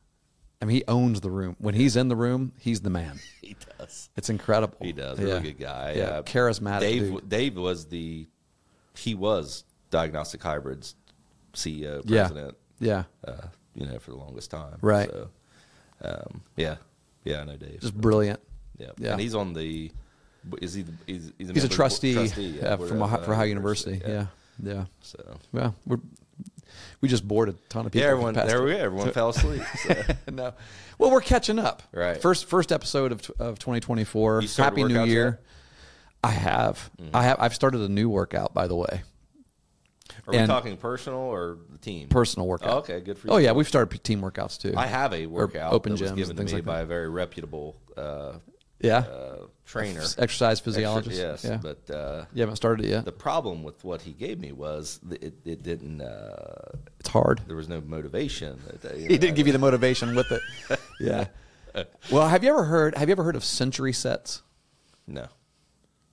Speaker 1: I mean, he owns the room. When he's in the room, he's the man.
Speaker 2: He does.
Speaker 1: It's incredible.
Speaker 2: He does.
Speaker 1: Yeah.
Speaker 2: Really good guy.
Speaker 1: Yeah,
Speaker 2: Uh,
Speaker 1: charismatic.
Speaker 2: Dave.
Speaker 1: dude.
Speaker 2: Dave was the he was Diagnostic Hybrids CEO
Speaker 1: Yeah.
Speaker 2: president.
Speaker 1: Yeah.
Speaker 2: Uh, you know, for the longest time.
Speaker 1: Right.
Speaker 2: So, um, yeah. Yeah, I know Dave.
Speaker 1: Just brilliant.
Speaker 2: yeah.
Speaker 1: yeah.
Speaker 2: And he's on the. Is he? The, he's, he's,
Speaker 1: He's
Speaker 2: member
Speaker 1: a
Speaker 2: of the
Speaker 1: trustee,
Speaker 2: board- trustee yeah,
Speaker 1: uh,
Speaker 2: board
Speaker 1: from
Speaker 2: of
Speaker 1: Ohio, for Ohio University. Yeah. Yeah.
Speaker 2: So.
Speaker 1: Well, we're, we just bored a ton of people.
Speaker 2: Yeah,
Speaker 1: for
Speaker 2: everyone.
Speaker 1: the past-
Speaker 2: There we go. Everyone fell asleep. So.
Speaker 1: no. Well, we're catching up.
Speaker 2: Right.
Speaker 1: First first episode of, of 2024.
Speaker 2: You started
Speaker 1: Happy New
Speaker 2: workouts Mm-hmm.
Speaker 1: Year. I have. I have. I've started a new workout, by the way.
Speaker 2: Are we
Speaker 1: And-
Speaker 2: talking personal or the team?
Speaker 1: Personal workout.
Speaker 2: Oh, okay, good for you.
Speaker 1: Oh yeah, we've started team workouts too.
Speaker 2: I have a workout
Speaker 1: open
Speaker 2: that was
Speaker 1: gyms,
Speaker 2: given to
Speaker 1: things
Speaker 2: me
Speaker 1: like
Speaker 2: by
Speaker 1: that.
Speaker 2: a very reputable uh,
Speaker 1: yeah.
Speaker 2: uh, trainer,
Speaker 1: Exercise
Speaker 2: Extra-
Speaker 1: physiologist.
Speaker 2: yes,
Speaker 1: Yeah.
Speaker 2: but uh,
Speaker 1: you haven't started it yet.
Speaker 2: the problem with what he gave me was that it, it didn't. Uh,
Speaker 1: it's hard.
Speaker 2: there was no motivation. That, uh, you
Speaker 1: He
Speaker 2: know,
Speaker 1: did give you the motivation with it. Yeah. Well, have you ever heard? Have you ever heard of century sets?
Speaker 2: No.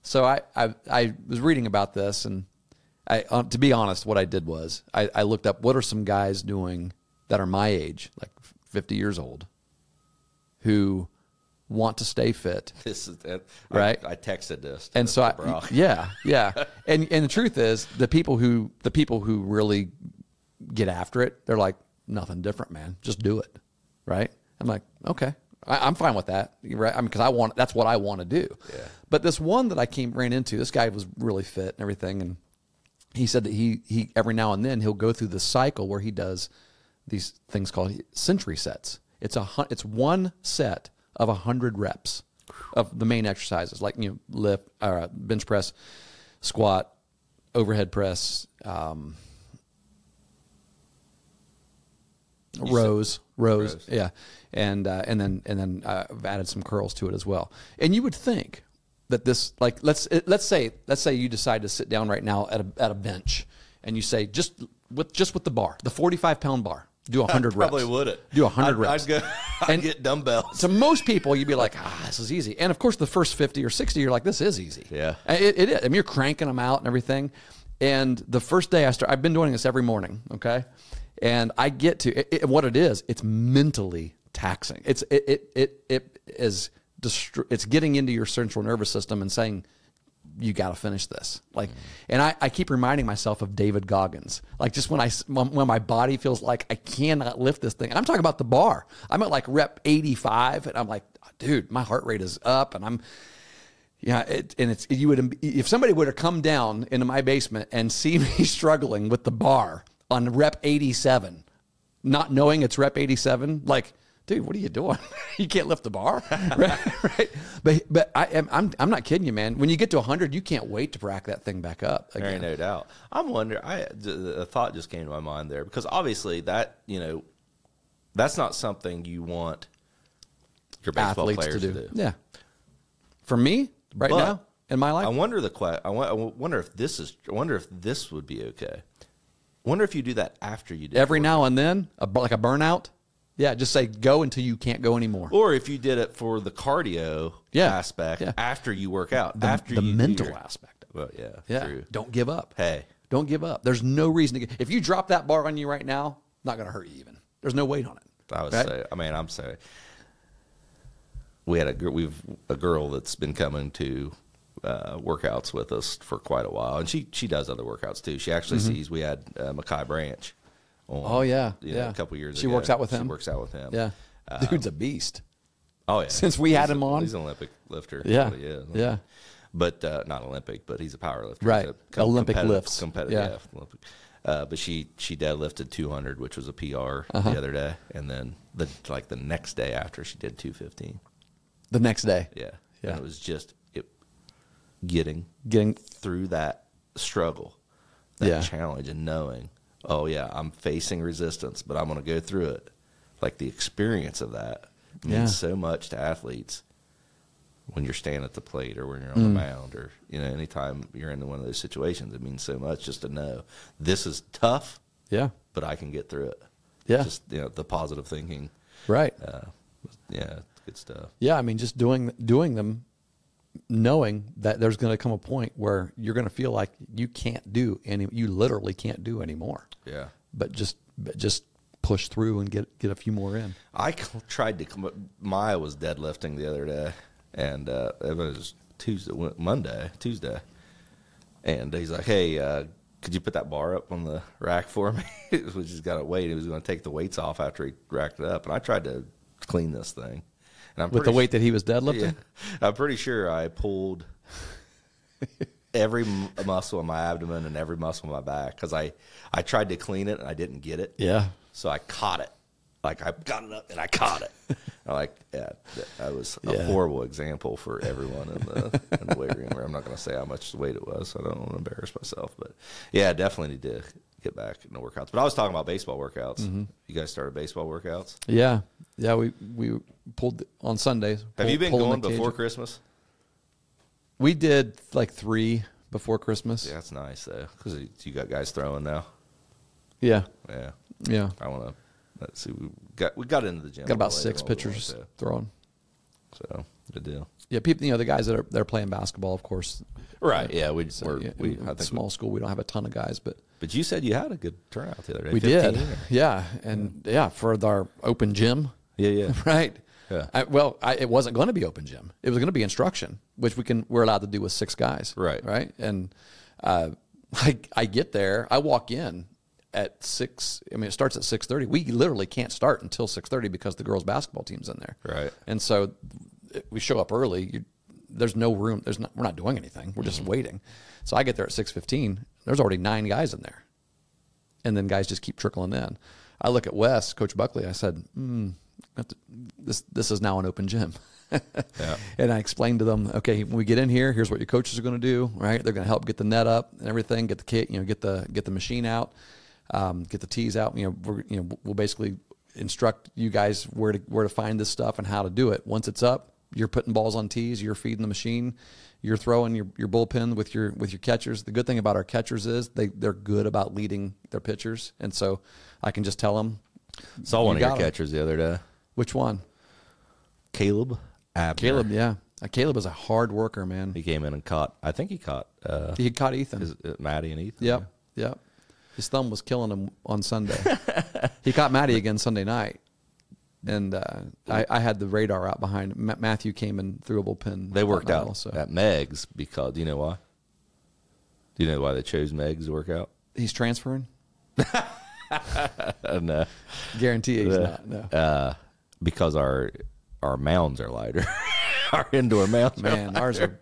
Speaker 1: So I, I, I was reading about this, and I, uh, to be honest, what I did was I, I looked up what are some guys doing that are my age, like 50 years old, who want to stay fit.
Speaker 2: This is that,
Speaker 1: Right.
Speaker 2: I, I texted this, to
Speaker 1: And so I,
Speaker 2: Brock.
Speaker 1: yeah, yeah. And and the truth is, the people who the people who really get after it, they're like nothing different, man. Just do it, right? I'm like, okay, I, I'm fine with that, right? I mean, because I want that's what I want to do.
Speaker 2: Yeah.
Speaker 1: But this one that I came ran into, this guy was really fit and everything, and he said that he he every now and then he'll go through the cycle where he does these things called century sets. It's a hun- it's one set of a hundred reps of the main exercises like you know lift or uh, bench press, squat, overhead press, um, rows, rows,
Speaker 2: rows.
Speaker 1: yeah, and uh, and then and then uh, I've added some curls to it as well. And you would think that this, like, let's it- let's say let's say you decide to sit down right now at a at a bench, and you say just with just with the bar, the forty five pound bar, do hundred reps.
Speaker 2: Probably would it.
Speaker 1: Do hundred
Speaker 2: I'd-
Speaker 1: reps.
Speaker 2: I'd go. I'd
Speaker 1: And-
Speaker 2: get dumbbells.
Speaker 1: to most people, you'd be like, ah, this is easy. And of course, the first 50 or 60, you're like, this is easy.
Speaker 2: Yeah.
Speaker 1: And Uh, It, it is. I mean, you're cranking them out and everything. And the first day I start, I've been doing this every morning. Okay. And I get to it, it- what it is. It's mentally taxing. It's, it, it, it, it is, destro- it's getting into your central nervous system and saying, you got to finish this. Like, and I, I keep reminding myself of David Goggins. Like, just when I s- when, when my body feels like I cannot lift this thing, I'm talking about the bar. I'm at like rep 85, and I'm like, dude, my heart rate is up, and I'm, yeah, it, and it's you would if somebody would have come down into my basement and see me struggling with the bar on rep 87, not knowing it's rep 87, like. Dude, what are you doing? you can't lift the bar, right? right? But but I am I'm I'm not kidding you, man. When you get to 100, you can't wait to rack that thing back up.
Speaker 2: There
Speaker 1: Again.
Speaker 2: ain't no doubt. I'm wondering. I the, a thought just came to my mind there because obviously that you know that's not something you want your baseball
Speaker 1: Athletes
Speaker 2: players
Speaker 1: to do. yeah. For me, right
Speaker 2: But-
Speaker 1: now in my life,
Speaker 2: I wonder the que- I, wa- I wonder if this is. I wonder if this would be okay. Wonder if you do that after you do it.
Speaker 1: every now and then, a, bu- like a burnout, yeah, just say go until you can't go anymore.
Speaker 2: or if you did it for the cardio
Speaker 1: Yeah.
Speaker 2: aspect
Speaker 1: Yeah.
Speaker 2: after you work out, after
Speaker 1: the
Speaker 2: you do
Speaker 1: mental
Speaker 2: your-
Speaker 1: aspect of
Speaker 2: Well, yeah,
Speaker 1: it. Yeah.
Speaker 2: true.
Speaker 1: Don't give up.
Speaker 2: Hey.
Speaker 1: Don't give up. There's no reason to get if you drop that bar on you right now, not gonna hurt you even. There's no weight on it.
Speaker 2: I was
Speaker 1: Right?
Speaker 2: so. I mean, I'm sorry. We had a gir- we've a girl that's been coming to uh, workouts with us for quite a while, and she she does other workouts too. She actually sees we had uh, Makai Branch. On,
Speaker 1: Mm-hmm. Oh, yeah,
Speaker 2: you know,
Speaker 1: yeah.
Speaker 2: a couple years.
Speaker 1: She
Speaker 2: ago.
Speaker 1: works out with
Speaker 2: She
Speaker 1: him?
Speaker 2: works out with him.
Speaker 1: Yeah.
Speaker 2: Um,
Speaker 1: Dude's a beast.
Speaker 2: Oh yeah.
Speaker 1: Since we
Speaker 2: He's
Speaker 1: had
Speaker 2: a-
Speaker 1: him on.
Speaker 2: he's an Olympic lifter.
Speaker 1: Yeah.
Speaker 2: That's what he is.
Speaker 1: Yeah.
Speaker 2: But uh, not Olympic, but he's a power lifter.
Speaker 1: Right.
Speaker 2: He's a
Speaker 1: Olympic
Speaker 2: competitive-
Speaker 1: lifts.
Speaker 2: Competitive.
Speaker 1: Yeah.
Speaker 2: Yeah. Olympic. Uh, but she she deadlifted 200, which was a PR
Speaker 1: Uh-huh.
Speaker 2: the other day, and then the like the next day after she did 215.
Speaker 1: The next day.
Speaker 2: Yeah.
Speaker 1: Yeah.
Speaker 2: And it was just it getting
Speaker 1: Getting
Speaker 2: through that struggle, that
Speaker 1: Yeah.
Speaker 2: challenge, and knowing, oh yeah, I'm facing resistance, but I'm going to go through it. Like the experience of that means
Speaker 1: Yeah.
Speaker 2: so much to athletes when you're standing at the plate or when you're on
Speaker 1: Mm.
Speaker 2: the mound or you know anytime you're in one of those situations, it means so much just to know this is tough,
Speaker 1: Yeah.
Speaker 2: but I can get through it.
Speaker 1: Yeah.
Speaker 2: just you know the positive thinking.
Speaker 1: Right.
Speaker 2: Uh, yeah, it's good stuff.
Speaker 1: Yeah, I mean, just doing doing them, knowing that there's going to come a point where you're going to feel like you can't do any, you literally can't do anymore.
Speaker 2: Yeah.
Speaker 1: But just but just push through and get get a few more in.
Speaker 2: I c- tried to come up. Maya was deadlifting the other day, and uh, it was Tuesday, Wed- Monday, Tuesday. And he's like, hey, uh, could you put that bar up on the rack for me? we just got to wait. He was going to take the weights off after he racked it up. And I tried to clean this thing. And I'm
Speaker 1: With the
Speaker 2: pretty
Speaker 1: weight that he was
Speaker 2: su-
Speaker 1: deadlifting,
Speaker 2: yeah, I'm pretty sure I pulled every m- muscle in my abdomen and every muscle in my back because I, I tried to clean it and I didn't get it.
Speaker 1: yeah,
Speaker 2: So I caught it. Like I got it up and I caught it. I'm like, yeah, that, that was a
Speaker 1: Yeah.
Speaker 2: horrible example for everyone in the, in the weight room. I'm not going to say how much weight it was. So I don't want to embarrass myself, but yeah, I definitely need to get back into workouts. But I was talking about baseball workouts.
Speaker 1: Mm-hmm.
Speaker 2: You guys started baseball workouts.
Speaker 1: Yeah, yeah. We we pulled on Sundays.
Speaker 2: Have
Speaker 1: pull-
Speaker 2: you been
Speaker 1: pulling
Speaker 2: going
Speaker 1: the cage.
Speaker 2: before Christmas?
Speaker 1: We did like three before Christmas.
Speaker 2: Yeah, that's nice though, because you got guys throwing now.
Speaker 1: yeah,
Speaker 2: Yeah,
Speaker 1: yeah.
Speaker 2: I want to. Let's see, we got we got into the gym.
Speaker 1: Got about
Speaker 2: later
Speaker 1: six
Speaker 2: on, we wanted
Speaker 1: pitchers
Speaker 2: to,
Speaker 1: thrown.
Speaker 2: so good deal.
Speaker 1: Yeah, people. You know, the guys that are they're playing basketball, of course.
Speaker 2: Right. Yeah. We
Speaker 1: So,
Speaker 2: we're,
Speaker 1: yeah,
Speaker 2: we
Speaker 1: in
Speaker 2: I think
Speaker 1: small school. We don't have a ton of guys, but
Speaker 2: But you said you had a good turnout the other day.
Speaker 1: we
Speaker 2: 15
Speaker 1: did.
Speaker 2: or-
Speaker 1: Yeah, and yeah. for our open gym,
Speaker 2: Yeah. Yeah.
Speaker 1: right?
Speaker 2: Yeah.
Speaker 1: I, well, I, it wasn't going to be open gym. It was going to be instruction, which we can we're allowed to do with six guys.
Speaker 2: Right.
Speaker 1: Right. And uh, I I get there. I walk in at six. I mean, it starts at six thirty. We literally can't start until six thirty because the girls' basketball team's in there.
Speaker 2: Right.
Speaker 1: And so it- we show up early. You, there's no room. There's not, we're not doing anything. We're
Speaker 2: Mm-hmm.
Speaker 1: just waiting. So I get there at six fifteen. There's already nine guys in there and then guys just keep trickling in. I look at Wes, Coach Buckley. I said, mm, got to- "This this is now an open gym." And I explained to them, "Okay, when we get in here, here's what your coaches are going to do. Right? They're going to help get the net up and everything. Get the kit, you know, get the get the machine out, um, get the tees out. You know, we're, you know, we'll basically instruct you guys where to where to find this stuff and how to do it. Once it's up, you're putting balls on tees, you're feeding the machine, you're throwing your, your bullpen with your with your catchers. The good thing about our catchers is they they're good about leading their pitchers, and so I can just tell them
Speaker 2: Saw one
Speaker 1: You
Speaker 2: of your
Speaker 1: got 'em.
Speaker 2: catchers the other day.
Speaker 1: which one.
Speaker 2: Caleb Abner.
Speaker 1: Caleb, yeah, Uh, Caleb is a hard worker, man.
Speaker 2: He
Speaker 1: He,
Speaker 2: came in and caught. I think he caught uh,
Speaker 1: caught Ethan.
Speaker 2: his, uh, Maddie and Ethan.
Speaker 1: yep, yep. His thumb was killing him on Sunday. he caught Maddie again Sunday night, and uh, I, I had the radar out behind. Ma- Matthew came and threw a bullpen.
Speaker 2: They worked
Speaker 1: that night
Speaker 2: out
Speaker 1: also.
Speaker 2: at Meg's because do you know why? Do you know why they chose Meg's to work out?
Speaker 1: He's transferring.
Speaker 2: And uh,
Speaker 1: Guarantee he's not. No.
Speaker 2: uh, because our our mounds are lighter. our indoor mounds. are-
Speaker 1: Man, ours are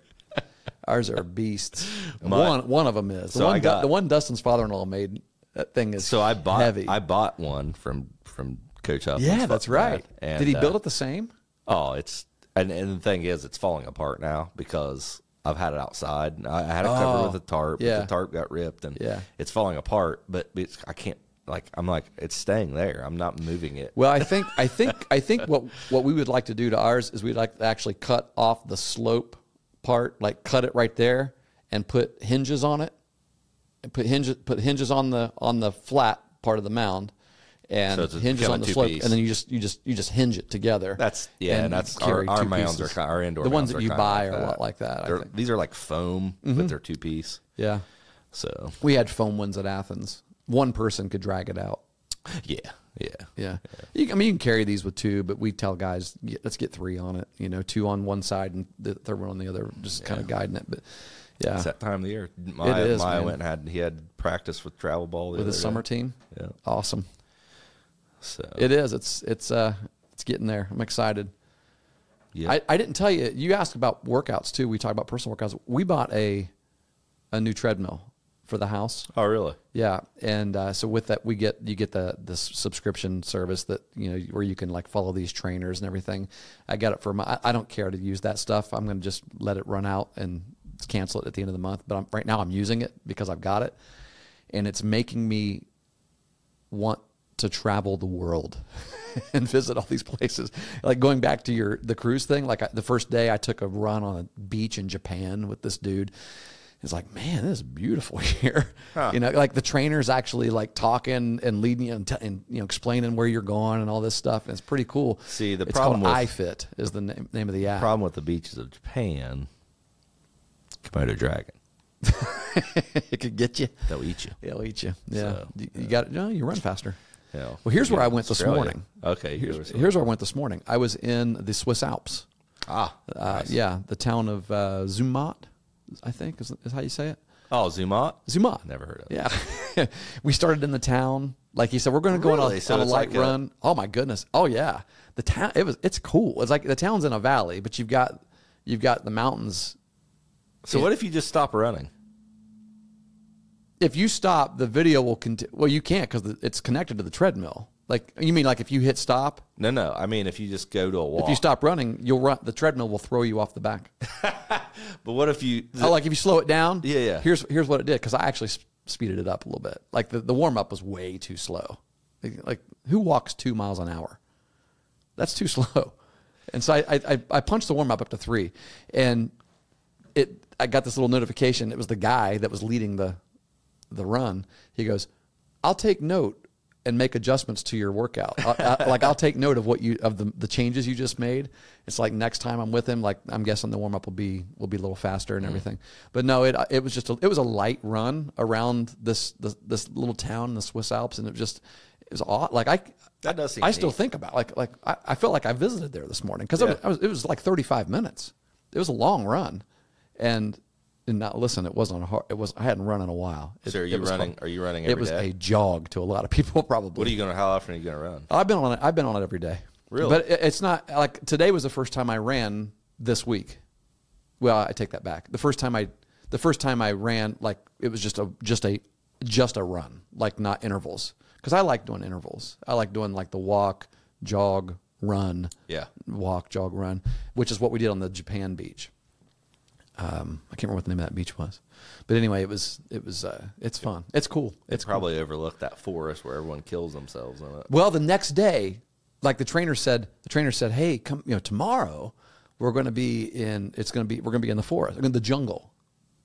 Speaker 1: ours are beasts.
Speaker 2: My-
Speaker 1: one one of them is the
Speaker 2: So I
Speaker 1: one
Speaker 2: got-
Speaker 1: the one Dustin's father-in-law made. That thing is
Speaker 2: So I bought
Speaker 1: heavy.
Speaker 2: I bought one from from Coach Huffman's
Speaker 1: yeah, that's
Speaker 2: fucking
Speaker 1: right.
Speaker 2: dad. And,
Speaker 1: Did he
Speaker 2: uh,
Speaker 1: build it the same?
Speaker 2: Oh, it's and, and the thing is, it's falling apart now because I've had it outside. and I I had it
Speaker 1: Oh,
Speaker 2: covered with a tarp. but
Speaker 1: yeah.
Speaker 2: the tarp got ripped, and
Speaker 1: Yeah.
Speaker 2: it's falling apart. But it's, I can't like I'm like it's staying there. I'm not moving it.
Speaker 1: Well, I think I think I think what what we would like to do to ours is we'd like to actually cut off the slope part, like cut it right there, and put hinges on it, and put hinges put hinges on the on the flat part of the mound, and
Speaker 2: So it's a-
Speaker 1: hinges
Speaker 2: become
Speaker 1: on
Speaker 2: a
Speaker 1: the slope,
Speaker 2: two-piece.
Speaker 1: and then you just you just you just hinge it together.
Speaker 2: That's yeah, and, that's
Speaker 1: carry
Speaker 2: our, our
Speaker 1: two
Speaker 2: mounds are
Speaker 1: pieces.
Speaker 2: ki- our indoor.
Speaker 1: the ones
Speaker 2: mounds
Speaker 1: that
Speaker 2: are
Speaker 1: you
Speaker 2: kinda
Speaker 1: buy are a lot like that. I
Speaker 2: They're-
Speaker 1: think. Mm-hmm.
Speaker 2: These are like foam, but they're two piece.
Speaker 1: Yeah,
Speaker 2: So
Speaker 1: we had foam ones at Athens. One person could drag it out.
Speaker 2: yeah, yeah,
Speaker 1: Yeah. You, I mean, you can carry these with two, but we tell guys, yeah, let's get three on it. You know, two on one side and the third one on the other, just kind of guiding it. But yeah,
Speaker 2: It's that time of the year. My,
Speaker 1: is,
Speaker 2: my
Speaker 1: man.
Speaker 2: went and had he had practice with travel ball the
Speaker 1: with
Speaker 2: other
Speaker 1: the
Speaker 2: day.
Speaker 1: summer team,
Speaker 2: Yeah.
Speaker 1: awesome.
Speaker 2: So
Speaker 1: It is. It's it's uh it's getting there. I'm excited.
Speaker 2: yeah,
Speaker 1: I, I didn't tell you. You asked about workouts too. We talked about personal workouts. We bought a a new treadmill for the house.
Speaker 2: oh really?
Speaker 1: Yeah, and uh, so with that, we get you get the this subscription service that you know where you can like follow these trainers and everything. I got it for my. I- I don't care to use that stuff. I'm going to just let it run out and cancel it at the end of the month. But I'm, right now, I'm using it because I've got it, and it's making me want to travel the world and visit all these places. Like going back to your the cruise thing, like I, the first day I took a run on a beach in Japan with this dude. It's like, man, this is beautiful here. You know, like the trainer's actually like talking and leading you and, t- and you know explaining where you're going and all this stuff. And it's pretty cool.
Speaker 2: See, the
Speaker 1: it's
Speaker 2: problem
Speaker 1: called
Speaker 2: with-
Speaker 1: iFit is the name, name of the app.
Speaker 2: problem with the beaches of Japan, Komodo dragon.
Speaker 1: it could get you.
Speaker 2: They'll eat you.
Speaker 1: They'll eat you. Yeah,
Speaker 2: So,
Speaker 1: you, you got No, you run faster.
Speaker 2: Yeah.
Speaker 1: Well, here's where I went this
Speaker 2: Australia.
Speaker 1: morning.
Speaker 2: Okay, here's,
Speaker 1: Here's, here's where I went this morning. I was in the Swiss Alps.
Speaker 2: ah
Speaker 1: Uh, Yeah, the town of uh, Zummatt, I think is, is how you say it.
Speaker 2: oh Zumat.
Speaker 1: Zummatt.
Speaker 2: Never heard of. it.
Speaker 1: Yeah, we started in the town. Like he said, we're going to go on
Speaker 2: Really?
Speaker 1: a,
Speaker 2: So
Speaker 1: on a
Speaker 2: it's
Speaker 1: light
Speaker 2: like a-
Speaker 1: run. oh my goodness! Oh yeah, the town. It was. It's cool. It's like the town's in a valley, but you've got you've got the mountains.
Speaker 2: So what if you just stop running?
Speaker 1: If you stop, the video will continue. Well, you can't because it's connected to the treadmill. Like you mean like if you hit stop,
Speaker 2: No, no. I mean, if you just go to a walk.
Speaker 1: if you stop running, you'll run. The treadmill will throw you off the back.
Speaker 2: but what if you?
Speaker 1: I like if you slow it down.
Speaker 2: Yeah, yeah.
Speaker 1: Here's here's what it did because I actually s- speeded it up a little bit. Like the, the warm up was way too slow. Like like, who walks two miles an hour? That's too slow. And so I I, I- I punched the warm up up to three, and it I got this little notification. It was the guy that was leading the the run. He goes, "I'll take note." And make adjustments to your workout. I, I, like I'll take note of what you of the, the changes you just made. It's like next time I'm with him, like I'm guessing the warm up will be will be a little faster and everything. But no, it it was just a, it was a light run around this, this this little town in the Swiss Alps, and it just it was aw- like I
Speaker 2: That does seem
Speaker 1: I still
Speaker 2: neat.
Speaker 1: think about like like I, I felt like I visited there this morning because
Speaker 2: Yeah.
Speaker 1: I was, it was like 35 minutes. It was a long run, and and not listen. It wasn't a hard. It was I hadn't run in a while. It,
Speaker 2: So are
Speaker 1: it
Speaker 2: you
Speaker 1: was
Speaker 2: running-
Speaker 1: fun.
Speaker 2: are you running
Speaker 1: it
Speaker 2: every
Speaker 1: was
Speaker 2: day?
Speaker 1: a jog to a lot of people probably.
Speaker 2: What are you gonna? How often are you gonna run?
Speaker 1: I've been on it. I've been on it every day.
Speaker 2: Really?
Speaker 1: But it, it's not like today was the first time I ran this week. Well, I take that back. The first time I, the first time I ran, like it was just a just a just a run, like not intervals, because I like doing intervals. I like doing like the walk, jog, run.
Speaker 2: Yeah.
Speaker 1: Walk, jog, run, which is what we did on the Japan beach. Um, I can't remember what the name of that beach was, but anyway, it was it was uh, it's fun. It's cool. It's cool.
Speaker 2: Probably overlooked that forest where everyone kills themselves in it.
Speaker 1: Well, the next day, like the trainer said, the trainer said, "Hey, come, you know, tomorrow we're going to be in. It's going to be we're going to be in the forest, in the jungle,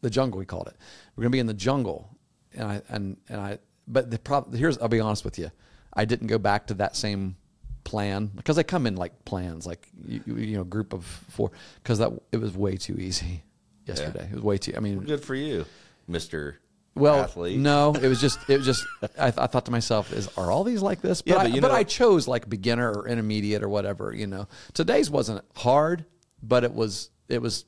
Speaker 1: the jungle. We called it. We're going to be in the jungle." And I and and I. But the problem here's. I'll be honest with you. I didn't go back to that same plan because they come in like plans, like you, you- you know, group of four. Because that it was way too easy yesterday. It was way too. I mean,
Speaker 2: Good for you, Mister
Speaker 1: well,
Speaker 2: Athlete.
Speaker 1: no, it was just it was just. I, th- I thought to myself, "Is are all these like this?" But,
Speaker 2: Yeah,
Speaker 1: I,
Speaker 2: but you
Speaker 1: but
Speaker 2: know-
Speaker 1: I chose like beginner or intermediate or whatever. You know, today's wasn't hard, but it was it was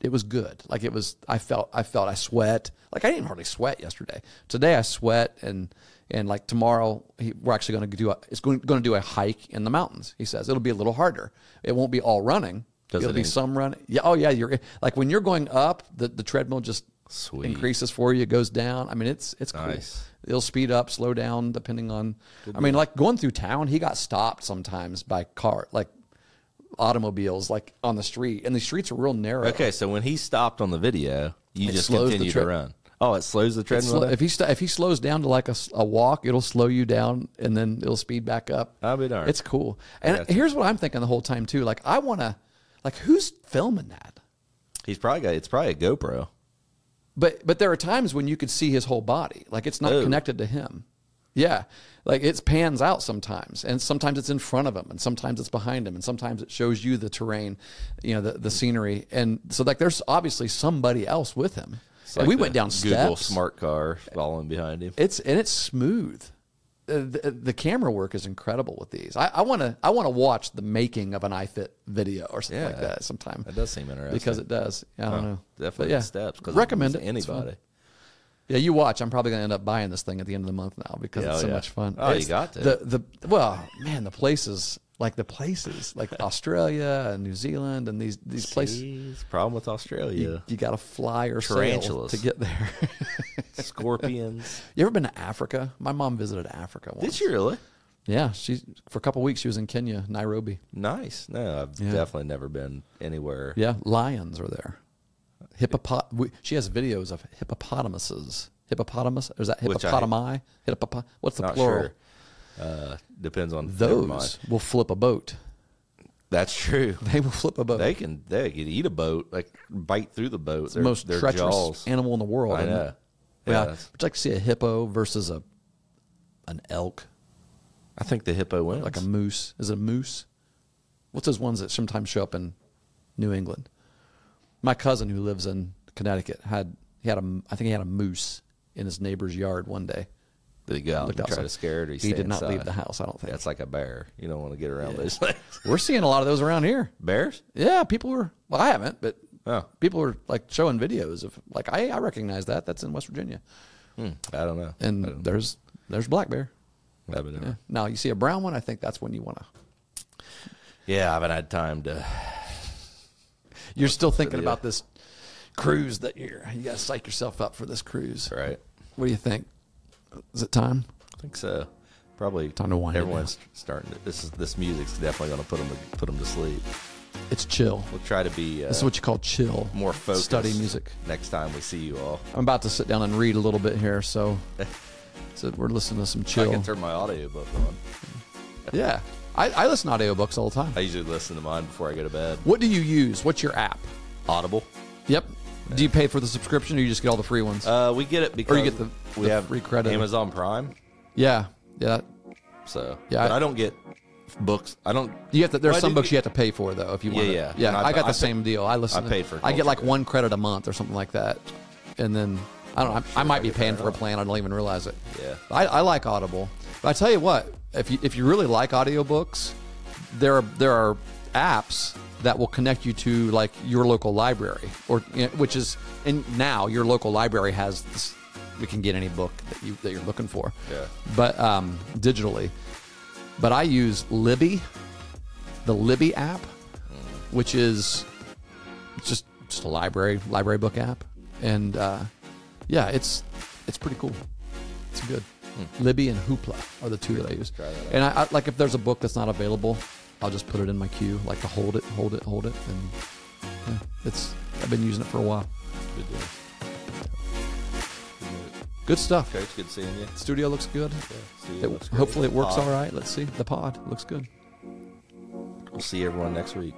Speaker 1: it was good. Like it was, I felt I felt I sweat. Like I didn't hardly sweat yesterday. Today I sweat and and like tomorrow he, we're actually going to do a, it's going, going to do a hike in the mountains. He says it'll be a little harder. It won't be all running.
Speaker 2: Does
Speaker 1: it'll
Speaker 2: it
Speaker 1: be
Speaker 2: in-
Speaker 1: some running. Yeah. Oh yeah. You're like when you're going up, the the treadmill just
Speaker 2: Sweet.
Speaker 1: increases increases for you. It goes down. I mean, it's it's cool.
Speaker 2: Nice.
Speaker 1: It'll speed up, slow down, depending on. I mean, like going through town, he got stopped sometimes by car, like automobiles, like on the street, and the streets are real narrow.
Speaker 2: Okay, so when he stopped on the video, you
Speaker 1: It
Speaker 2: just
Speaker 1: slows the
Speaker 2: continue
Speaker 1: tre-
Speaker 2: to run. Oh, it slows the
Speaker 1: It
Speaker 2: treadmill.
Speaker 1: slo-
Speaker 2: down?
Speaker 1: if he st- if he slows down to like a, s- a walk, it'll slow you down, and then it'll speed back up.
Speaker 2: I'll be darned.
Speaker 1: It's cool. And
Speaker 2: gotcha.
Speaker 1: here's what I'm thinking the whole time too. Like I want to, like who's filming that?
Speaker 2: He's probably got. It's probably a GoPro.
Speaker 1: But but there are times when you could see his whole body, like it's not
Speaker 2: Oh.
Speaker 1: connected to him. Yeah, like it pans out sometimes, and sometimes it's in front of him, and sometimes it's behind him, and sometimes it shows you the terrain, you know, the, the scenery, and so like there's obviously somebody else with him.
Speaker 2: It's
Speaker 1: And
Speaker 2: like
Speaker 1: we
Speaker 2: the
Speaker 1: went down
Speaker 2: Google
Speaker 1: steps.
Speaker 2: smart car following behind him.
Speaker 1: It's and it's smooth. Uh, The, the camera work is incredible with these. I want to I want to watch the making of an iFit video or something like
Speaker 2: Yeah.
Speaker 1: that sometime.
Speaker 2: That does seem interesting.
Speaker 1: because it does. Yeah, I don't
Speaker 2: Huh.
Speaker 1: know. But
Speaker 2: Definitely
Speaker 1: yeah,
Speaker 2: steps. 'cause
Speaker 1: Recommend it. It's fun.
Speaker 2: Anybody.
Speaker 1: Yeah, you watch. I'm probably going to end up buying this thing at the end of the month now because
Speaker 2: Yeah,
Speaker 1: it's
Speaker 2: oh,
Speaker 1: so
Speaker 2: yeah.
Speaker 1: much fun.
Speaker 2: Oh, you
Speaker 1: It's-
Speaker 2: got to.
Speaker 1: the the well, man, the places like the places like Australia and New Zealand and these these places.
Speaker 2: Jeez, problem with Australia.
Speaker 1: You got to fly or sail
Speaker 2: Tarantulas.
Speaker 1: to get there.
Speaker 2: Scorpions.
Speaker 1: you ever been to Africa? My mom visited Africa once.
Speaker 2: Did she really?
Speaker 1: Yeah, she for a couple weeks she was in Kenya, Nairobi.
Speaker 2: Nice. No, I've definitely never been anywhere.
Speaker 1: Yeah, lions are there. Hippopot. we- She has videos of hippopotamuses. Hippopotamus? Or is that
Speaker 2: Which I-
Speaker 1: hippopotami? Hippopot. What's the
Speaker 2: Not
Speaker 1: plural?
Speaker 2: sure. Uh, depends on never
Speaker 1: Those
Speaker 2: mind.
Speaker 1: will flip a boat.
Speaker 2: That's true.
Speaker 1: They will flip a boat.
Speaker 2: They can they can eat a boat, like bite through the boat. Their,
Speaker 1: Most
Speaker 2: their
Speaker 1: treacherous
Speaker 2: jaws.
Speaker 1: animal in the world.
Speaker 2: I
Speaker 1: isn't
Speaker 2: know.
Speaker 1: it?
Speaker 2: Yeah,
Speaker 1: Yeah.
Speaker 2: that's-
Speaker 1: Would you like to see a hippo versus a an elk,
Speaker 2: I think the hippo wins.
Speaker 1: like a moose? Is it a moose? What's those ones that sometimes show up in New England? My cousin who lives in Connecticut had he had a I think he had a moose in his neighbor's yard one day.
Speaker 2: Did he go out and
Speaker 1: Looked
Speaker 2: try
Speaker 1: outside.
Speaker 2: to scare it? Or he
Speaker 1: He
Speaker 2: stay
Speaker 1: did not leave
Speaker 2: inside?
Speaker 1: the house. I don't think.
Speaker 2: That's like a bear. You don't want to get around those things.
Speaker 1: We're seeing a lot of those around here.
Speaker 2: Bears?
Speaker 1: Yeah, people were. Well, I haven't, but
Speaker 2: Oh.
Speaker 1: people were like showing videos of like I, I recognize that. That's in West Virginia,
Speaker 2: Hmm, I don't know.
Speaker 1: and
Speaker 2: I don't-
Speaker 1: there's there's black bear.
Speaker 2: I haven't ever-
Speaker 1: Yeah. Now you see a brown one. I think that's when you want to.
Speaker 2: yeah, I haven't had time to.
Speaker 1: You're still thinking
Speaker 2: video.
Speaker 1: about this cruise that you're. You got to psych yourself up for this cruise.
Speaker 2: Right.
Speaker 1: What do you think? Is it time?
Speaker 2: I think so. Probably
Speaker 1: Time to wind it
Speaker 2: everyone's starting. To, this is this music's definitely going to put them put them to sleep.
Speaker 1: It's chill.
Speaker 2: We'll try to be uh,
Speaker 1: This is what you call chill.
Speaker 2: more focused.
Speaker 1: Study music.
Speaker 2: next time we see you all.
Speaker 1: I'm about to sit down and read a little bit here, so so we're listening to some
Speaker 2: I
Speaker 1: chill.
Speaker 2: can turn my audiobook on.
Speaker 1: yeah, I, I listen to audiobooks all the time.
Speaker 2: I usually listen to mine before I go to bed.
Speaker 1: What do you use? What's your app?
Speaker 2: Audible.
Speaker 1: Yep. Do you pay for the subscription, or you just get all the free ones?
Speaker 2: Uh, we get it because
Speaker 1: get the-
Speaker 2: we
Speaker 1: the
Speaker 2: have
Speaker 1: free credit.
Speaker 2: Amazon Prime.
Speaker 1: yeah, yeah.
Speaker 2: So
Speaker 1: Yeah,
Speaker 2: but
Speaker 1: I-
Speaker 2: I, don't get books. I don't.
Speaker 1: You have to. There's
Speaker 2: Well, I
Speaker 1: some
Speaker 2: do
Speaker 1: books
Speaker 2: get-
Speaker 1: you have to pay for though, if you
Speaker 2: Yeah,
Speaker 1: want. it.
Speaker 2: yeah.
Speaker 1: yeah.
Speaker 2: And I-
Speaker 1: I, got the
Speaker 2: I pay-
Speaker 1: same deal. I listen.
Speaker 2: I
Speaker 1: to-
Speaker 2: pay for
Speaker 1: I get like
Speaker 2: culture.
Speaker 1: one credit a month or something like that, and then I don't. know. I, I might be paying for a plan. I don't even realize it.
Speaker 2: Yeah.
Speaker 1: I, I like Audible, but I tell you what, if you if you really like audiobooks, there are there are apps that will connect you to like your local library or you know, which is and now your local library has this, you can get any book that you that you're looking for.
Speaker 2: Yeah.
Speaker 1: But um, digitally, but I use Libby, the Libby app, which is just just a library library book app, and uh, yeah, it's it's pretty cool. It's good. Libby and Hoopla are the two that I use.
Speaker 2: Hmm. Try that out.
Speaker 1: And I, I like if there's a book that's not available, I'll just put it in my queue, like to hold it, hold it, hold it, and yeah, it's I've been using it for a while.
Speaker 2: Good deal. Good night,
Speaker 1: Good stuff.
Speaker 2: Coach, good seeing you.
Speaker 1: Studio looks good.
Speaker 2: See you.
Speaker 1: It-
Speaker 2: Looks great. Uh,
Speaker 1: hopefully it works
Speaker 2: Pod.
Speaker 1: all right. Let's see. The pod looks good.
Speaker 2: We'll see everyone next week.